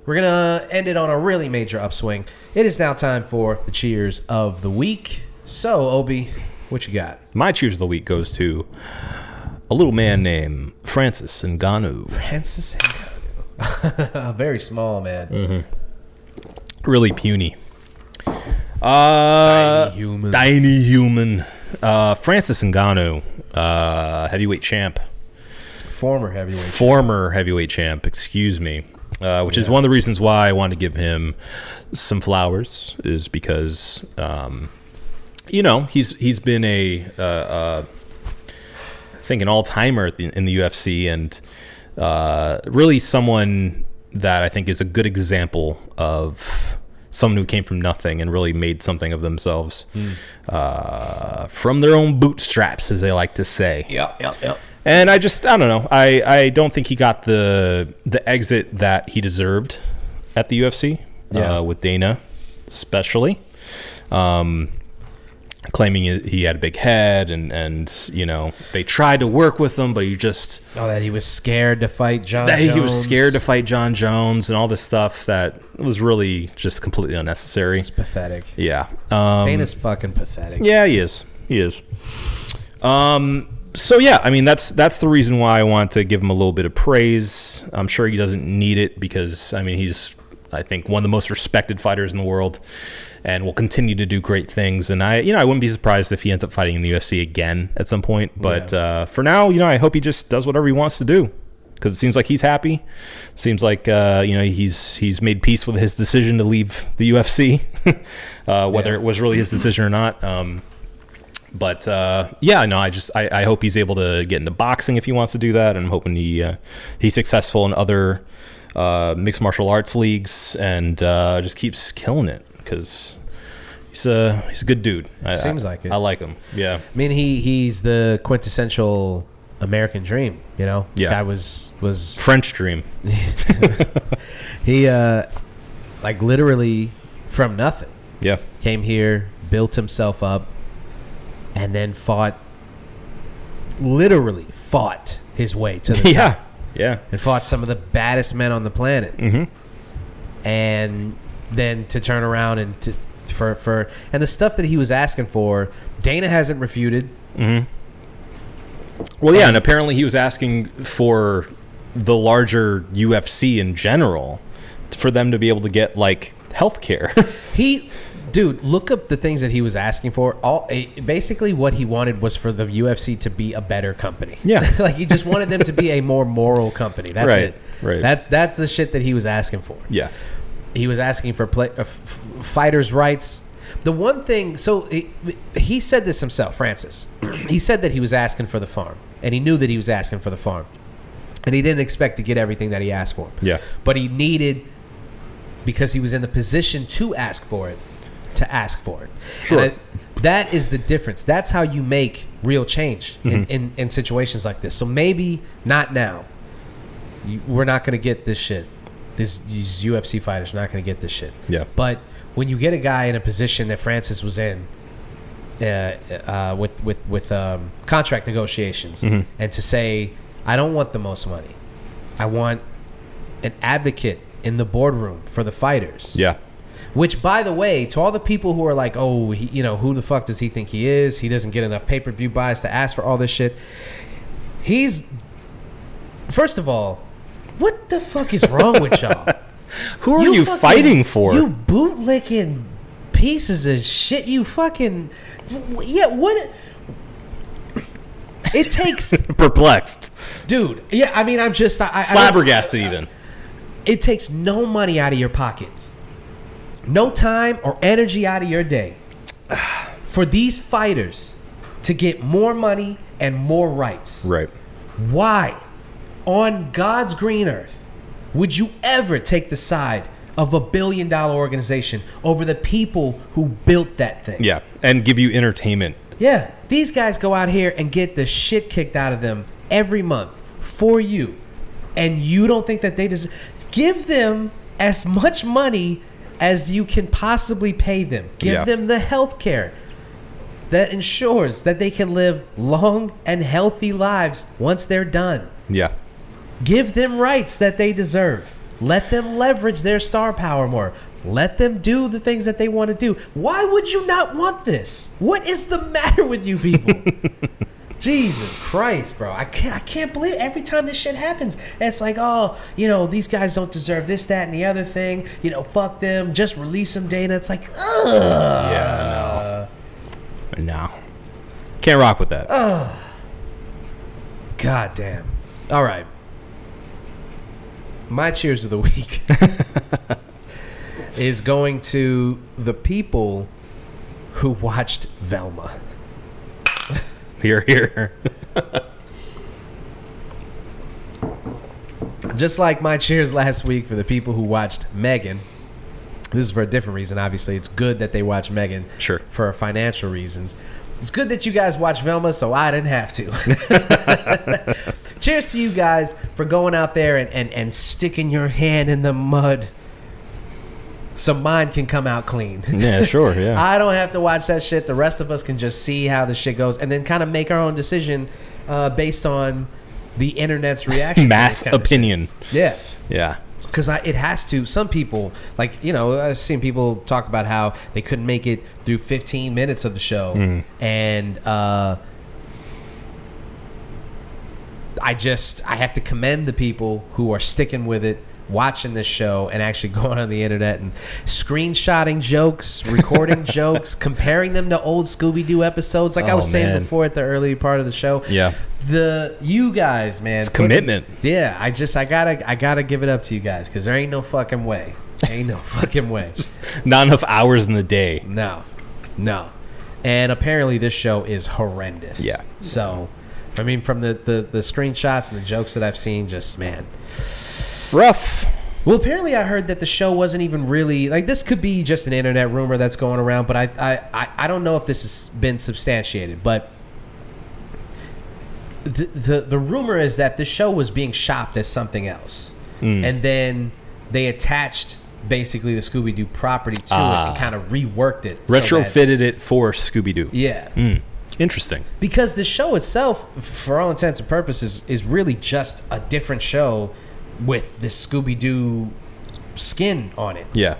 S1: we're gonna end it on a really major upswing. It is now time for the cheers of the week. So, Obi, what you got?
S2: My cheers of the week goes to a little man named Francis Ngannou.
S1: Francis Ngannou. Very small man.
S2: Mm-hmm. Really puny. Uh,
S1: Tiny human.
S2: Tiny human. Uh, Francis Ngannou, uh, heavyweight champ,
S1: Former heavyweight.
S2: former heavyweight champ, excuse me, uh, which is one of the reasons why I wanted to give him some flowers, is because, um, you know, he's he's been a uh, uh, I think an all timer in the UFC, and uh, really someone that I think is a good example of someone who came from nothing and really made something of themselves uh, from their own bootstraps, as they like to say.
S1: Yep, yep, yep.
S2: And I just I don't know. I I don't think he got the the exit that he deserved at the UFC
S1: Yeah.
S2: uh, with Dana, especially. Um, claiming he- he had a big head and and you know they tried to work with him but he just
S1: Oh, that he was scared to fight John.
S2: that he was
S1: Jones.
S2: scared to fight John Jones and all this stuff that was really just completely unnecessary
S1: It's pathetic.
S2: yeah um,
S1: Dana's fucking pathetic.
S2: yeah, he is. He is. Um. So yeah, I mean that's that's the reason why I want to give him a little bit of praise. I'm sure he doesn't need it because I mean he's I think one of the most respected fighters in the world, and will continue to do great things. And I you know I wouldn't be surprised if he ends up fighting in the UFC again at some point. But
S1: Yeah.
S2: uh, for now, you know I hope he just does whatever he wants to do because it seems like he's happy. Seems like uh, you know he's he's made peace with his decision to leave the UFC, uh, whether
S1: Yeah.
S2: it was really his decision or not. Um, but uh, yeah, no, I just I, I hope he's able to get into boxing if he wants to do that, and I'm hoping he uh, he's successful in other uh, mixed martial arts leagues and uh, just keeps killing it because he's a he's a good dude. I,
S1: Seems
S2: I-
S1: like it.
S2: I like him. Yeah,
S1: I mean, he he's the quintessential American dream. You know,
S2: Yeah.
S1: Guy was was
S2: French dream.
S1: he uh like literally from nothing
S2: Yeah,
S1: came here, built himself up, and then fought. Literally fought his way to the top
S2: yeah, yeah.
S1: and fought some of the baddest men on the planet.
S2: Mhm.
S1: and then to turn around and to, for for and the stuff that he was asking for, Dana hasn't refuted.
S2: Well, yeah, and apparently he was asking for the larger UFC in general for them to be able to get like health care.
S1: He, dude, look up the things that he was asking for. All eh, basically what he wanted was for the UFC to be a better company.
S2: Yeah.
S1: like he just wanted them to be a more moral company. That's
S2: Right,
S1: it.
S2: right.
S1: That that's the shit that he was asking for.
S2: yeah.
S1: he was asking for play, uh, f- fighters' rights. The one thing, so he, he said this himself, Francis. he said that he was asking for the farm, and he knew that he was asking for the farm, and he didn't expect to get everything that he asked for.
S2: Yeah.
S1: but he needed because he was in the position to ask for it, to ask for it.
S2: Sure.
S1: And I- that is the difference. That's how you make real change
S2: Mm-hmm.
S1: in, in, in situations like this. So maybe not now, you- we're not going to get this shit. This these UFC fighters are not going to get this shit.
S2: Yeah.
S1: But when you get a guy in a position that Francis was in, uh, uh, with with with um, contract negotiations, and to say, I don't want the most money, I want an advocate in the boardroom for the fighters.
S2: Yeah.
S1: Which, by the way, to all the people who are like, oh, he, you know, who the fuck does he think he is? He doesn't get enough pay per view buys to ask for all this shit. He's, first of all, what the fuck is wrong with y'all?
S2: Who are you,
S1: fucking-
S2: fighting for?
S1: You bootlicking pieces of shit. You fucking yeah. What? It takes,
S2: Perplexed,
S1: dude. Yeah, I mean, uh, I'm just I, I don't-
S2: flabbergasted, even.
S1: It takes no money out of your pocket, no time or energy out of your day for these fighters to get more money and more rights.
S2: Right.
S1: Why, on God's green earth, would you ever take the side of a billion dollar organization over the people who built that thing?
S2: Yeah, and give you entertainment.
S1: Yeah. These guys go out here and get the shit kicked out of them every month for you. And you don't think that they deserve. Give them as much money as you can possibly pay them. Give
S2: Yeah.
S1: them the health care that ensures that they can live long and healthy lives once they're done.
S2: Yeah.
S1: Give them rights that they deserve. Let them leverage their star power more. Let them do the things that they want to do. Why would you not want this? What is the matter with you people? Jesus Christ, bro. I can't, I can't believe every time this shit happens. It's like, oh, you know, these guys don't deserve this, that, and the other thing. You know, fuck them. Just release them, Dana. It's like, ugh.
S2: Yeah. No. Uh, No. Can't rock with that.
S1: Oh. God damn. All right. My cheers of the week is going to the people who watched Velma.
S2: Here, here.
S1: Just like my cheers last week for the people who watched Megan. This is for a different reason, obviously. It's good that they watch Megan.
S2: Sure.
S1: For financial reasons. It's good that you guys watch Velma, so I didn't have to. cheers to you guys for going out there and, and, and sticking your hand in the mud so mine can come out clean.
S2: yeah, sure. Yeah.
S1: I don't have to watch that shit. The rest of us can just see how the shit goes and then kind of make our own decision uh, based on the internet's reaction. to this
S2: Mass
S1: kind of shit.
S2: opinion.
S1: Yeah,
S2: Yeah.
S1: because it has to. Some people, like you know, I've seen people talk about how they couldn't make it through 15 minutes of the show,
S2: Hmm.
S1: and uh, I just I have to commend the people who are sticking with it. Watching this show and actually going on the internet and screenshotting jokes, recording jokes, comparing them to old Scooby Doo episodes, like I
S2: Oh,
S1: was saying
S2: man.
S1: before at the early part of the show.
S2: Yeah.
S1: the you guys, man,
S2: It's commitment.
S1: yeah, I just I gotta I gotta give it up to you guys because there ain't no fucking way, ain't no fucking way.
S2: Just not enough hours in the day.
S1: No, no. And apparently this show is horrendous.
S2: Yeah.
S1: So, I mean, from the the, the screenshots and the jokes that I've seen, just man.
S2: Rough.
S1: Well, apparently I heard that the show wasn't even really like this. Could be just an internet rumor that's going around, but I I I, I don't know if this has been substantiated, but. The, the the rumor is that the show was being shopped as something else, and then they attached basically the Scooby Doo property to it
S2: Ah.
S1: and kind of reworked it, so that-
S2: Retrofitted it for Scooby Doo.
S1: yeah,
S2: Interesting.
S1: because the show itself, for all intents and purposes, is really just a different show with this Scooby Doo skin on it
S2: Yeah.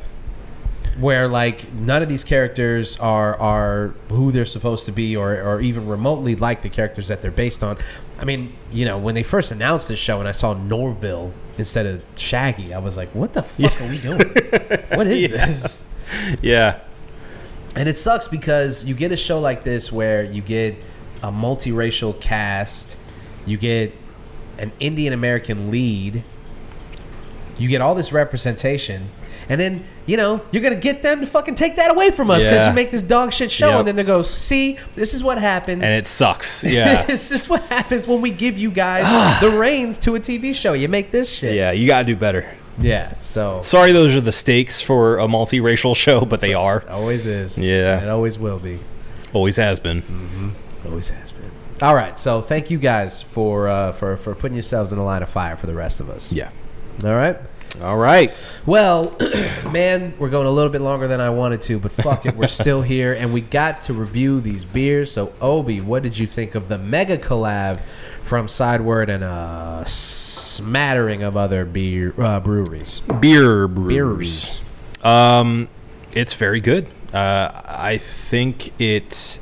S1: where like none of these characters are are who they're supposed to be or or even remotely like the characters that they're based on. I mean, you know, when they first announced this show and I saw Norville instead of Shaggy, I was like, "What the fuck are we doing? what is this?"
S2: Yeah.
S1: And it sucks because you get a show like this where you get a multiracial cast, you get an Indian American lead, you get all this representation, and then, you know, you're going to get them to fucking take that away from us because
S2: Yeah.
S1: you make this dog shit show,
S2: Yep.
S1: and then they go, see, this is what happens.
S2: And it sucks. Yeah.
S1: this is what happens when we give you guys the reins to a TV show. You make this shit.
S2: yeah. You gotta do better.
S1: Yeah. So,
S2: Sorry, those are the stakes for a multiracial show, but they are.
S1: always is.
S2: Yeah.
S1: And it always will be.
S2: Always has been.
S1: Always has been. All right, so thank you guys for uh, for for putting yourselves in the line of fire for the rest of us.
S2: Yeah.
S1: All right.
S2: All right.
S1: Well, man, we're going a little bit longer than I wanted to, but fuck it, we're still here, and we got to review these beers. So, Obi, what did you think of the mega collab from Sideward and a smattering of other beer uh, breweries?
S2: beer brews. Um, it's very good. Uh, I think it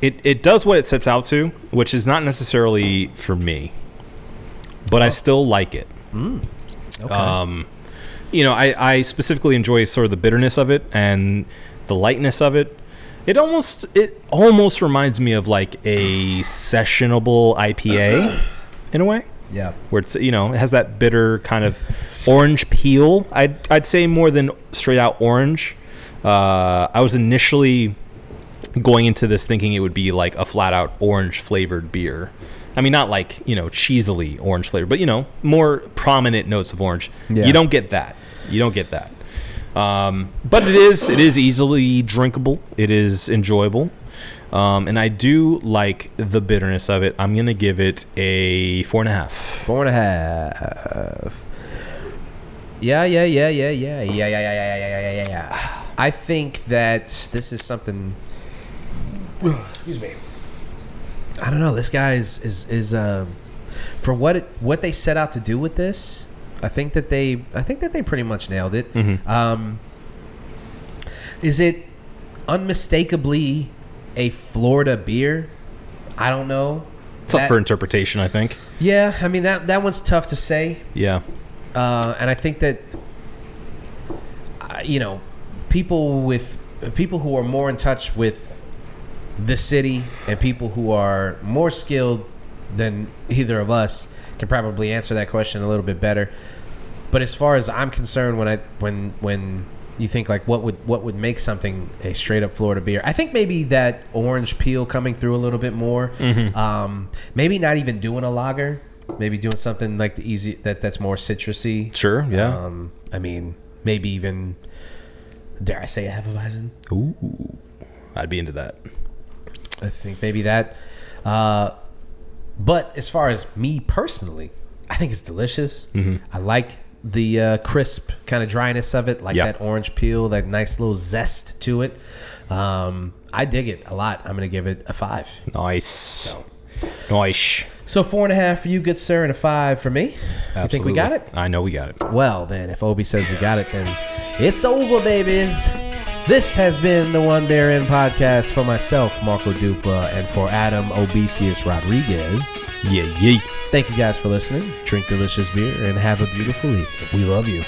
S2: it it does what it sets out to, which is not necessarily for me, but I still like it. Um, you know, I, I specifically enjoy sort of the bitterness of it and the lightness of it. It almost it almost reminds me of like a sessionable IPA in a way.
S1: Yeah.
S2: Where it's you know, it has that bitter kind of orange peel. I'd I'd say more than straight out orange. Uh, I was initially going into this thinking it would be like a flat out orange flavored beer. I mean, not like, you know, cheesily orange flavor, but, you know, more prominent notes of orange.
S1: Yeah.
S2: You don't get that. You don't get that. Um, but it is, it is easily drinkable. It is enjoyable. Um, and I do like the bitterness of it. I'm going to give it a four and a half.
S1: Four and a half. Yeah, yeah, yeah, yeah, yeah, yeah, yeah, yeah, yeah, yeah, yeah, yeah, yeah, yeah. I think that this is something. Excuse me. I don't know. This guy is is is um, for what it, what they set out to do with this. I think that they I think that they pretty much nailed it. Um, is it unmistakably a Florida beer? I don't know.
S2: It's up
S1: That-
S2: for interpretation, I think.
S1: yeah, I mean that that one's tough to say,
S2: Yeah.
S1: uh, and I think that uh, you know people with people who are more in touch with the city and people who are more skilled than either of us can probably answer that question a little bit better. But as far as I'm concerned, when I when when you think like what would what would make something a straight up Florida beer, I think maybe that orange peel coming through a little bit more. Um, maybe not even doing a lager. Maybe doing something like the easy that that's more citrusy.
S2: Sure. Yeah.
S1: Um, I mean, maybe even dare I say a Hefeweizen?
S2: Ooh. I'd be into that.
S1: I think maybe that. Uh, but as far as me personally, I think it's delicious. I like the uh, crisp kind of dryness of it, like
S2: Yeah.
S1: that orange peel, that nice little zest to it. Um, I dig it a lot. I'm gonna give it a five.
S2: Nice. Nice.
S1: So four and a half for you, good sir, and a five for me. You think we got it?
S2: I know we got it.
S1: Well, then, if Obi says we got it, then it's over, babies. This has been the One Bear In podcast for myself, Marco Dupla, and for Adam Obesius Rodriguez.
S2: Yeah, yeah.
S1: Thank you guys for listening. Drink delicious beer and have a beautiful evening.
S2: We love you.